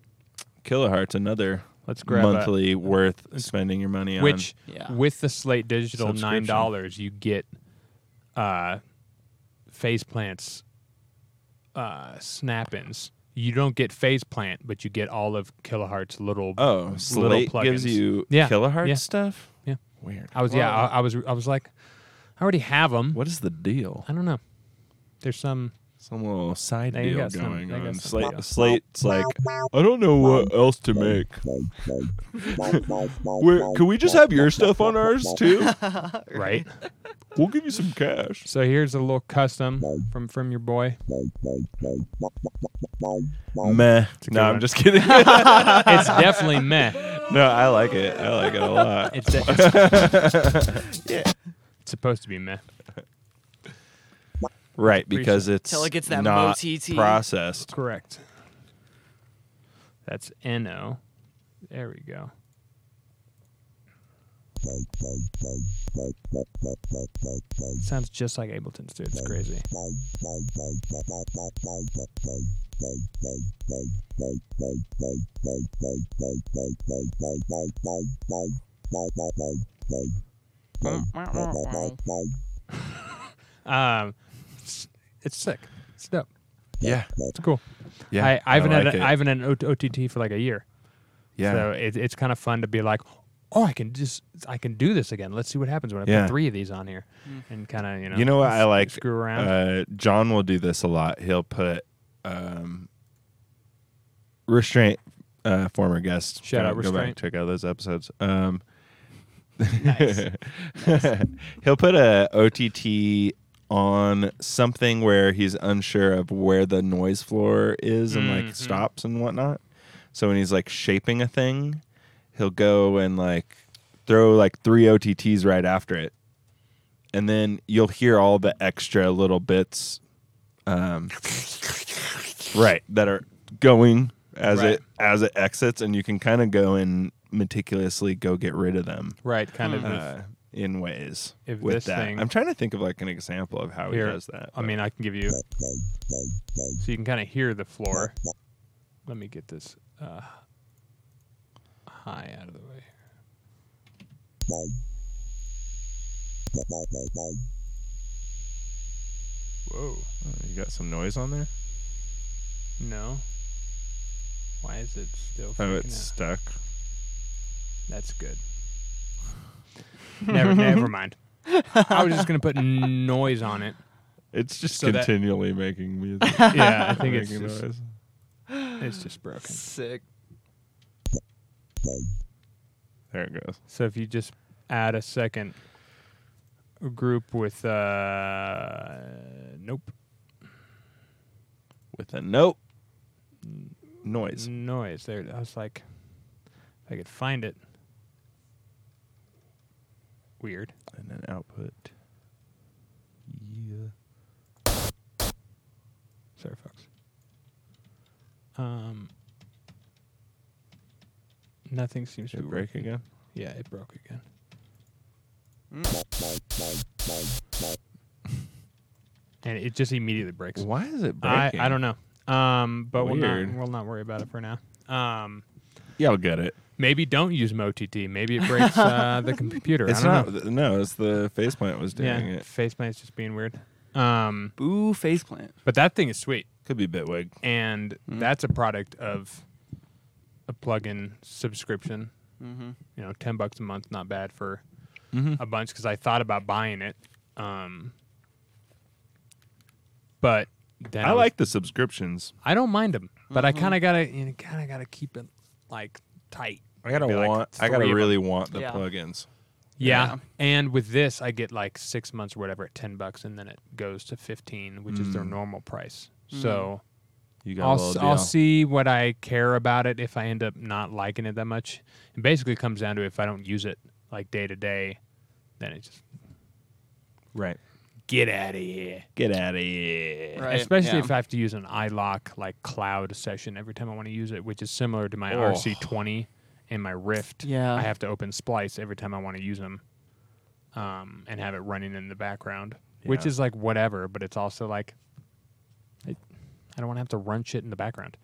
Speaker 3: Kilohertz, another
Speaker 2: Let's grab a-
Speaker 3: monthly worth spending your money on.
Speaker 2: which
Speaker 1: Yeah.
Speaker 2: with the slate digital nine
Speaker 3: Subscription.
Speaker 2: dollars you get uh phase plants uh snap-ins you don't get phase plant but you get all of kilohertz little
Speaker 3: oh, Slate gives
Speaker 2: plugins.
Speaker 3: you
Speaker 2: Yeah,
Speaker 3: Kilohertz
Speaker 2: yeah.
Speaker 3: stuff.
Speaker 2: Yeah.
Speaker 3: weird.
Speaker 2: i was yeah I, I was i was like i already have them
Speaker 3: What is the deal?
Speaker 2: i don't know there's some
Speaker 3: Some little side
Speaker 2: They
Speaker 3: deal
Speaker 2: got some-
Speaker 3: going
Speaker 2: they got
Speaker 3: on.
Speaker 2: some
Speaker 3: Slate,
Speaker 2: deal.
Speaker 3: Slate's like, I don't know what else to make. Where, can we just have your stuff on ours too?
Speaker 2: right
Speaker 3: We'll give you some cash.
Speaker 2: so here's a little custom from from your boy
Speaker 3: Meh.
Speaker 2: a
Speaker 3: No,
Speaker 2: good
Speaker 3: I'm
Speaker 2: one.
Speaker 3: just kidding.
Speaker 2: it's definitely
Speaker 3: *laughs*
Speaker 2: meh
Speaker 3: no, I like it. I like it a lot.
Speaker 2: it's, de- it's, it's supposed to be meh
Speaker 3: Right, because it's
Speaker 1: Till it gets that
Speaker 3: not
Speaker 1: MoTT.
Speaker 3: processed.
Speaker 2: Correct. That's NO. There we go. Sounds just like Ableton's, dude. It's crazy. Um, it's, it's sick. It's dope.
Speaker 3: Yeah,
Speaker 2: It's cool.
Speaker 3: yeah.
Speaker 2: I, I haven't
Speaker 3: like
Speaker 2: had
Speaker 3: it.
Speaker 2: a, I haven't had an O- OTT for like a year.
Speaker 3: yeah.
Speaker 2: So it, it's kind of fun to be like, oh, I can just I can do this again. Let's see what happens when I
Speaker 3: Yeah.
Speaker 2: put three of these on here, and kind of you know.
Speaker 3: You know what I
Speaker 2: s-
Speaker 3: like?
Speaker 2: Screw around.
Speaker 3: Uh, John will do this a lot. He'll put um, restraint. Uh, former guest.
Speaker 2: Shout
Speaker 3: Go-
Speaker 2: out
Speaker 3: Go back and
Speaker 2: Restraint.
Speaker 3: check out those episodes. Um,
Speaker 2: nice.
Speaker 3: *laughs* he'll put a OTT on something where he's unsure of where the noise floor is and
Speaker 2: Mm-hmm.
Speaker 3: like stops and whatnot. So when he's like shaping a thing, he'll go and like throw like three OTTs right after it, and then you'll hear all the extra little bits, um, right, that are going as
Speaker 2: Right.
Speaker 3: it as it exits, and you can kind of go and meticulously go get rid of them
Speaker 2: Right, kind of. with-
Speaker 3: uh, in ways
Speaker 2: if
Speaker 3: with
Speaker 2: this
Speaker 3: that.
Speaker 2: thing-
Speaker 3: I'm trying to think of like an example of how
Speaker 2: Here,
Speaker 3: he does that.
Speaker 2: I mean, I can give you. So you can kind of hear the floor. Let me get this uh, high out of the way. Whoa.
Speaker 3: you got some noise on there.
Speaker 2: No. Why is it still
Speaker 3: Oh,
Speaker 2: freaking
Speaker 3: it's
Speaker 2: out?
Speaker 3: stuck.
Speaker 2: That's good. never, *laughs* never mind. I was just gonna put noise on it.
Speaker 3: It's just
Speaker 2: So that-
Speaker 3: continually making music.
Speaker 2: *laughs* Yeah, *laughs* I think it's
Speaker 3: *laughs* making
Speaker 2: just,
Speaker 3: noise.
Speaker 2: it's just broken.
Speaker 1: Sick.
Speaker 3: There it goes.
Speaker 2: So if you just add a second group with uh nope
Speaker 3: with a nope noise.
Speaker 2: noise. There, I was like, if I could find it. Weird.
Speaker 3: and then output. Yeah.
Speaker 2: Sorry, folks. Um, nothing seems
Speaker 3: Should
Speaker 2: to
Speaker 3: it break
Speaker 2: working.
Speaker 3: again?
Speaker 2: Yeah, it broke again. *laughs*
Speaker 1: Mm.
Speaker 2: And it just immediately breaks.
Speaker 3: Why is it
Speaker 2: I,
Speaker 3: breaking?
Speaker 2: I don't know. Um, but we'll
Speaker 3: Weird.
Speaker 2: not we'll not worry about it for now. Um,
Speaker 3: Y'all get it.
Speaker 2: maybe don't use MoTT. Maybe it
Speaker 3: *laughs*
Speaker 2: breaks uh, the computer.
Speaker 3: It's
Speaker 2: I don't
Speaker 3: not.
Speaker 2: know.
Speaker 3: th- No, it's the faceplant was doing
Speaker 2: Yeah,
Speaker 3: it.
Speaker 2: faceplant's just being weird. Um,
Speaker 1: Boo faceplant.
Speaker 2: but that thing is sweet.
Speaker 3: Could be Bitwig.
Speaker 2: and
Speaker 3: Mm-hmm.
Speaker 1: Mm.
Speaker 2: that's a product of a plug-in subscription.
Speaker 1: Mm-hmm.
Speaker 2: You know, ten bucks a month, not bad for
Speaker 3: Mhm.
Speaker 2: a bunch. Because I thought about buying it, um, but then
Speaker 3: I
Speaker 2: was-
Speaker 3: like Mm-hmm. the subscriptions.
Speaker 2: I don't mind them, but I kind of gotta, you know, kind of gotta keep it like tight.
Speaker 3: I gotta
Speaker 2: Be like
Speaker 3: want. I gotta
Speaker 2: three of 'em.
Speaker 3: really want the
Speaker 1: Yeah.
Speaker 3: plugins.
Speaker 2: Yeah.
Speaker 1: Yeah.
Speaker 2: And with this, I get like six months or whatever at ten bucks, and then it goes to fifteen, which is their
Speaker 3: Mm.
Speaker 2: normal price.
Speaker 1: Mm.
Speaker 2: So
Speaker 3: You got a
Speaker 2: I'll,
Speaker 3: little
Speaker 2: s-
Speaker 3: deal.
Speaker 2: I'll see what I care about it if I end up not liking it that much. It basically comes down to if I don't use it like day to day, then it just
Speaker 3: Right.
Speaker 2: get out of here.
Speaker 3: Get out of here.
Speaker 1: Right,
Speaker 2: Especially
Speaker 1: yeah.
Speaker 2: if I have to use an iLock like cloud session every time I want to use it, which is similar to my
Speaker 3: Oh.
Speaker 2: RC20 and my Rift.
Speaker 1: Yeah.
Speaker 2: I have to open Splice every time I want to use them, um, and have it running in the background, which
Speaker 3: Yeah.
Speaker 2: is like whatever, but it's also like I, I don't want to have to run shit in the background.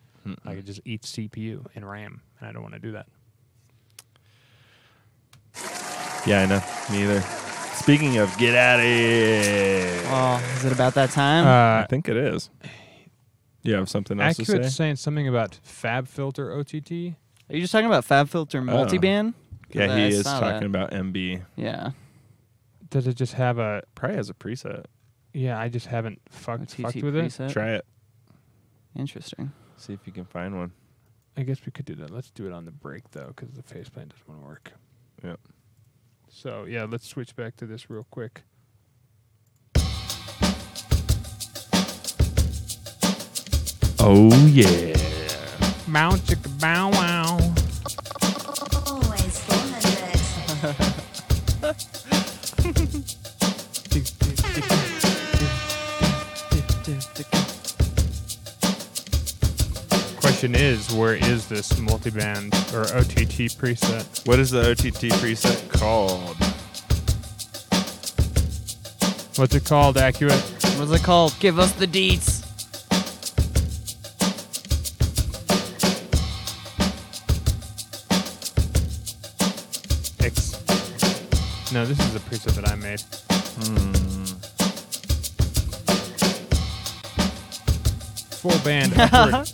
Speaker 2: Like it just eats CPU and RAM, and I don't want to do that.
Speaker 3: Yeah, I know. Me either. Speaking of get out of here,
Speaker 1: Oh, is it about that time?
Speaker 2: uh,
Speaker 3: I think it is. You have something else to
Speaker 2: Accurate's
Speaker 3: say?
Speaker 2: saying something about Fab Filter OTT.
Speaker 1: Are you just talking about FabFilter multiband? 'Cause
Speaker 3: Oh. Yeah,
Speaker 1: I
Speaker 3: he is
Speaker 1: saw
Speaker 3: talking
Speaker 1: that.
Speaker 3: about MB.
Speaker 1: Yeah.
Speaker 2: Does it just have a?
Speaker 3: Probably has a preset.
Speaker 2: Yeah, I just haven't fucked,
Speaker 1: OTT
Speaker 2: fucked with it.
Speaker 1: preset.
Speaker 3: Try it.
Speaker 1: Interesting.
Speaker 3: See if you can find one.
Speaker 2: I guess we could do that. Let's do it on the break though, because the faceplant doesn't want to work.
Speaker 3: Yep.
Speaker 2: So yeah, let's switch back to this real quick.
Speaker 3: Oh yeah.
Speaker 2: Bow chicka bow wow.
Speaker 4: Always 400.
Speaker 2: Question is, where is this multiband or OTT preset?
Speaker 3: What is the OTT preset called?
Speaker 2: What's it called? Accurate.
Speaker 1: What's it called? Give us the deets.
Speaker 2: X. No, this is a preset that I made. Hmm. Full band.
Speaker 1: *laughs*
Speaker 2: effort.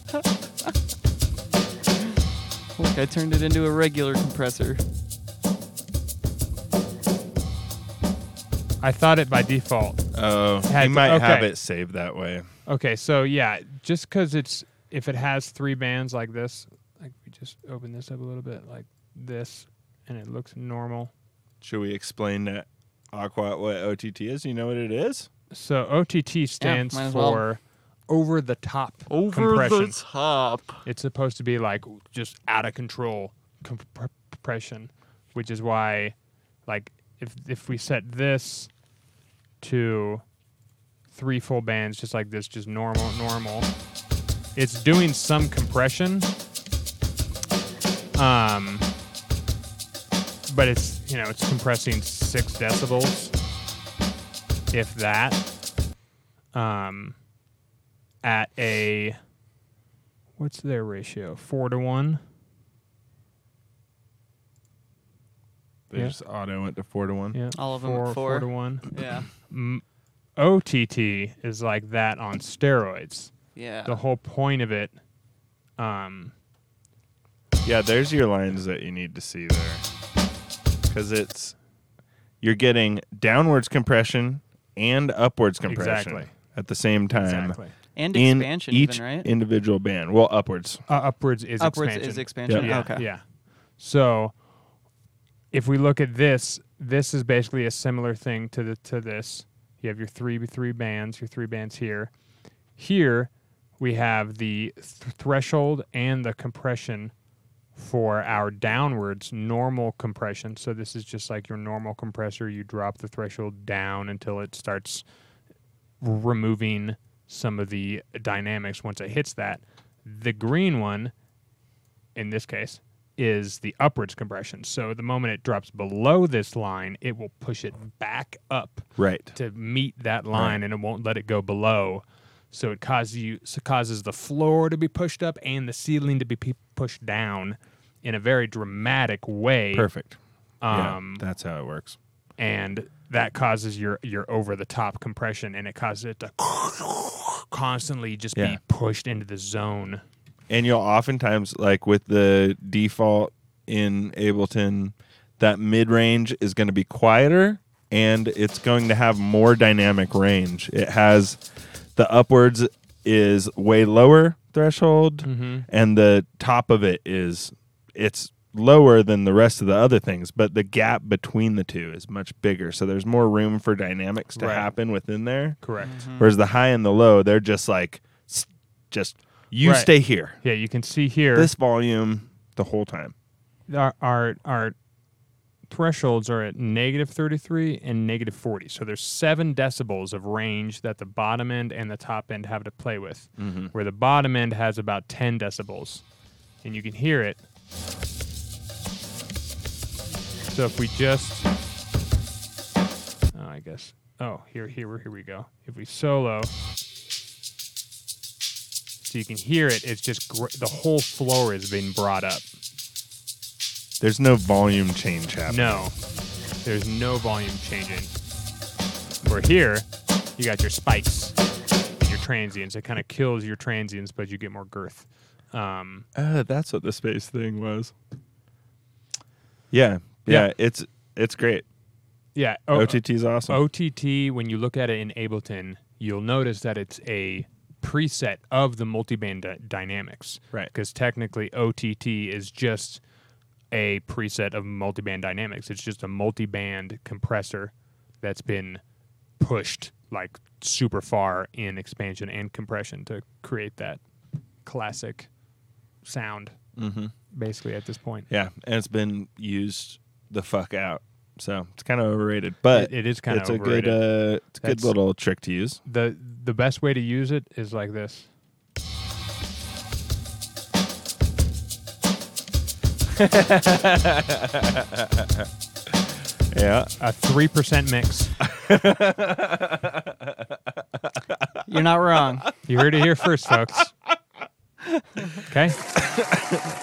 Speaker 1: Look, I turned it into a regular compressor.
Speaker 2: I thought it by default.
Speaker 3: Oh,
Speaker 2: Had-
Speaker 3: you might have
Speaker 2: okay.
Speaker 3: it saved that way.
Speaker 2: Okay, so yeah, just because it's if it has three bands like this, like we just open this up a little bit like this, and it looks normal.
Speaker 3: Should we explain that Aqua what OTT is? You know what it is?
Speaker 2: So OTT stands
Speaker 1: might as well.
Speaker 2: for over the top compression.
Speaker 1: top.
Speaker 2: it's supposed to be like just out of control comp- compression, which is why, like, if if we set this to three full bands, just like this, just normal, normal, it's doing some compression. Um, but it's you know it's compressing six decibels, if that. Um, at a What's their ratio? Four to one.
Speaker 3: They
Speaker 2: Yeah.
Speaker 3: just auto went to four to one.
Speaker 2: Yeah,
Speaker 1: All of 'em at
Speaker 2: four,
Speaker 1: four.
Speaker 2: to one.
Speaker 1: Yeah.
Speaker 2: M- OTT is like that on steroids.
Speaker 1: Yeah.
Speaker 2: The whole point of it, um,
Speaker 3: Yeah, there's your lines that you need to see there. Because it's, you're getting downwards compression and upwards compression
Speaker 2: Exactly.
Speaker 3: at the same time.
Speaker 2: exactly.
Speaker 1: and
Speaker 3: In
Speaker 1: expansion,
Speaker 3: each
Speaker 1: even, right?
Speaker 3: individual band. Well, upwards.
Speaker 2: Uh, upwards is
Speaker 1: Upwards
Speaker 2: expansion.
Speaker 1: is expansion.
Speaker 2: Yeah.
Speaker 1: Okay.
Speaker 2: Yeah. So if we look at this, this is basically a similar thing to the to this. You have your three three bands, your three bands here. Here we have the th- threshold and the compression for our downwards normal compression. So this is just like your normal compressor. You drop the threshold down until it starts removing some of the dynamics once it hits that. The green one, in this case, is the upwards compression. So the moment it drops below this line, it will push it back up
Speaker 3: Right.
Speaker 2: to meet that line, and it won't let it go below. So it causes you so causes the floor to be pushed up and the ceiling to be pe- pushed down in a very dramatic way.
Speaker 3: Perfect.
Speaker 2: Um,
Speaker 3: yeah, that's how it works.
Speaker 2: and that causes your your over the top compression and it causes it to constantly just
Speaker 3: Yeah.
Speaker 2: be pushed into the zone.
Speaker 3: and you'll oftentimes like with the default in Ableton, that mid range is going to be quieter and it's going to have more dynamic range. It has the upwards is way lower threshold,
Speaker 2: Mm-hmm.
Speaker 3: and the top of it is it's lower than the rest of the other things, but the gap between the two is much bigger. So there's more room for dynamics to
Speaker 2: Right. Mm-hmm.
Speaker 3: happen within there.
Speaker 2: Correct.
Speaker 3: Whereas the high and the low, they're just like, s- just you
Speaker 2: Right.
Speaker 3: stay here
Speaker 2: Yeah, you can see here
Speaker 3: this volume the whole time.
Speaker 2: our our, our thresholds are at negative 33 and negative 40 so there's seven decibels of range that the bottom end and the top end have to play with where the bottom end has about 10 decibels and you can hear it so if we just oh, i guess oh here here here we go if we solo so you can hear it it's just gr- the whole floor has been brought up
Speaker 3: There's no volume change happening.
Speaker 2: no, there's no volume changing. Where here, you got your spikes, and your transients. It kind of kills your transients, but you get more girth. Um,
Speaker 3: Uh, that's what the space thing was. Yeah, yeah,
Speaker 2: Yeah. uh,
Speaker 3: it's it's great.
Speaker 2: yeah. Oh, O-
Speaker 3: OTT's awesome.
Speaker 2: OTT, when you look at it in Ableton, you'll notice that it's a preset of the multiband dy- dynamics.
Speaker 3: Right.
Speaker 2: Because technically, OTT is just a preset of multiband dynamics. It's just a multiband compressor that's been pushed like super far in expansion and compression to create that classic sound,
Speaker 3: mm-hmm.
Speaker 2: basically, at this point.
Speaker 3: Yeah, and it's been used the fuck out, so it's kind of overrated. But
Speaker 2: It- it is kinda
Speaker 3: it's
Speaker 2: overrated.
Speaker 3: a good, uh, it's a good
Speaker 2: That's-
Speaker 3: little trick to use.
Speaker 2: the the best way to use it is like this.
Speaker 3: Yeah,
Speaker 2: A three percent mix.
Speaker 1: You're not
Speaker 2: *laughs*
Speaker 1: wrong.
Speaker 2: You heard it here first, folks. Okay,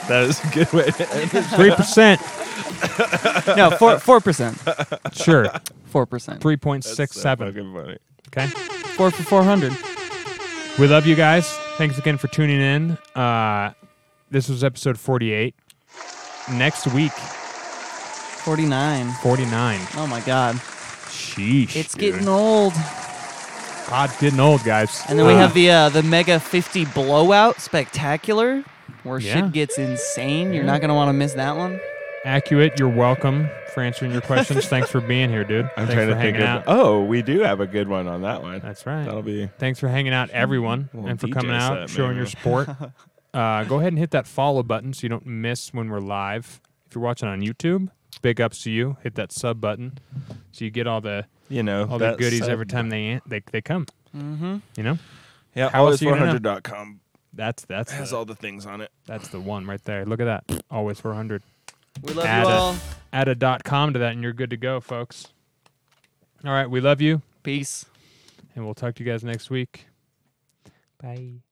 Speaker 3: that is a good way to end. it.
Speaker 2: three percent.
Speaker 1: No, four four percent.
Speaker 2: Sure,
Speaker 1: Four percent.
Speaker 2: three point six
Speaker 3: So
Speaker 2: seven.
Speaker 3: fucking funny.
Speaker 2: Okay,
Speaker 1: Four for four hundred.
Speaker 2: we love you guys. Thanks again for tuning in. Uh, this was episode forty-eight. Next week,
Speaker 1: Forty nine.
Speaker 2: forty-nine.
Speaker 1: Oh my god.
Speaker 2: Sheesh.
Speaker 1: It's
Speaker 2: dude.
Speaker 1: getting old.
Speaker 2: Pod's getting old, guys.
Speaker 1: And then we
Speaker 2: Uh,
Speaker 1: have the uh, the Mega 50 Blowout Spectacular, where
Speaker 2: Yeah.
Speaker 1: shit gets insane. You're not gonna want to miss that one.
Speaker 2: Uh, accurate. You're welcome for answering your questions. Thanks for being here, dude.
Speaker 3: I'm
Speaker 2: Thanks
Speaker 3: trying
Speaker 2: for
Speaker 3: to think
Speaker 2: hanging
Speaker 3: of.
Speaker 2: out.
Speaker 3: Oh, we do have a good one on that one.
Speaker 2: That's right.
Speaker 3: That'll be
Speaker 2: Thanks for hanging out, everyone,
Speaker 3: Well,
Speaker 2: and for
Speaker 3: DJ
Speaker 2: coming out,
Speaker 3: set,
Speaker 2: showing
Speaker 3: maybe.
Speaker 2: your
Speaker 3: *laughs*
Speaker 2: support. uh, go ahead and hit that follow button so you don't miss when we're live. If you're watching on YouTube, big ups to you. Hit that sub button so you get all the
Speaker 3: you know
Speaker 2: all the
Speaker 3: that's,
Speaker 2: goodies
Speaker 3: uh,
Speaker 2: every time they they they come.
Speaker 1: Mm-hmm.
Speaker 2: You know,
Speaker 3: Yeah,
Speaker 2: How else are you gonna know?
Speaker 3: always400.com
Speaker 2: that's that's
Speaker 3: has
Speaker 2: the,
Speaker 3: all the things on it.
Speaker 2: that's the one right there. Look at that. Always 400.
Speaker 1: We love
Speaker 2: Add
Speaker 1: you
Speaker 2: a-
Speaker 1: all.
Speaker 2: Add a dot com to that, and you're good to go, folks. All right, we love you,
Speaker 1: Peace.
Speaker 2: and we'll talk to you guys next week. Bye.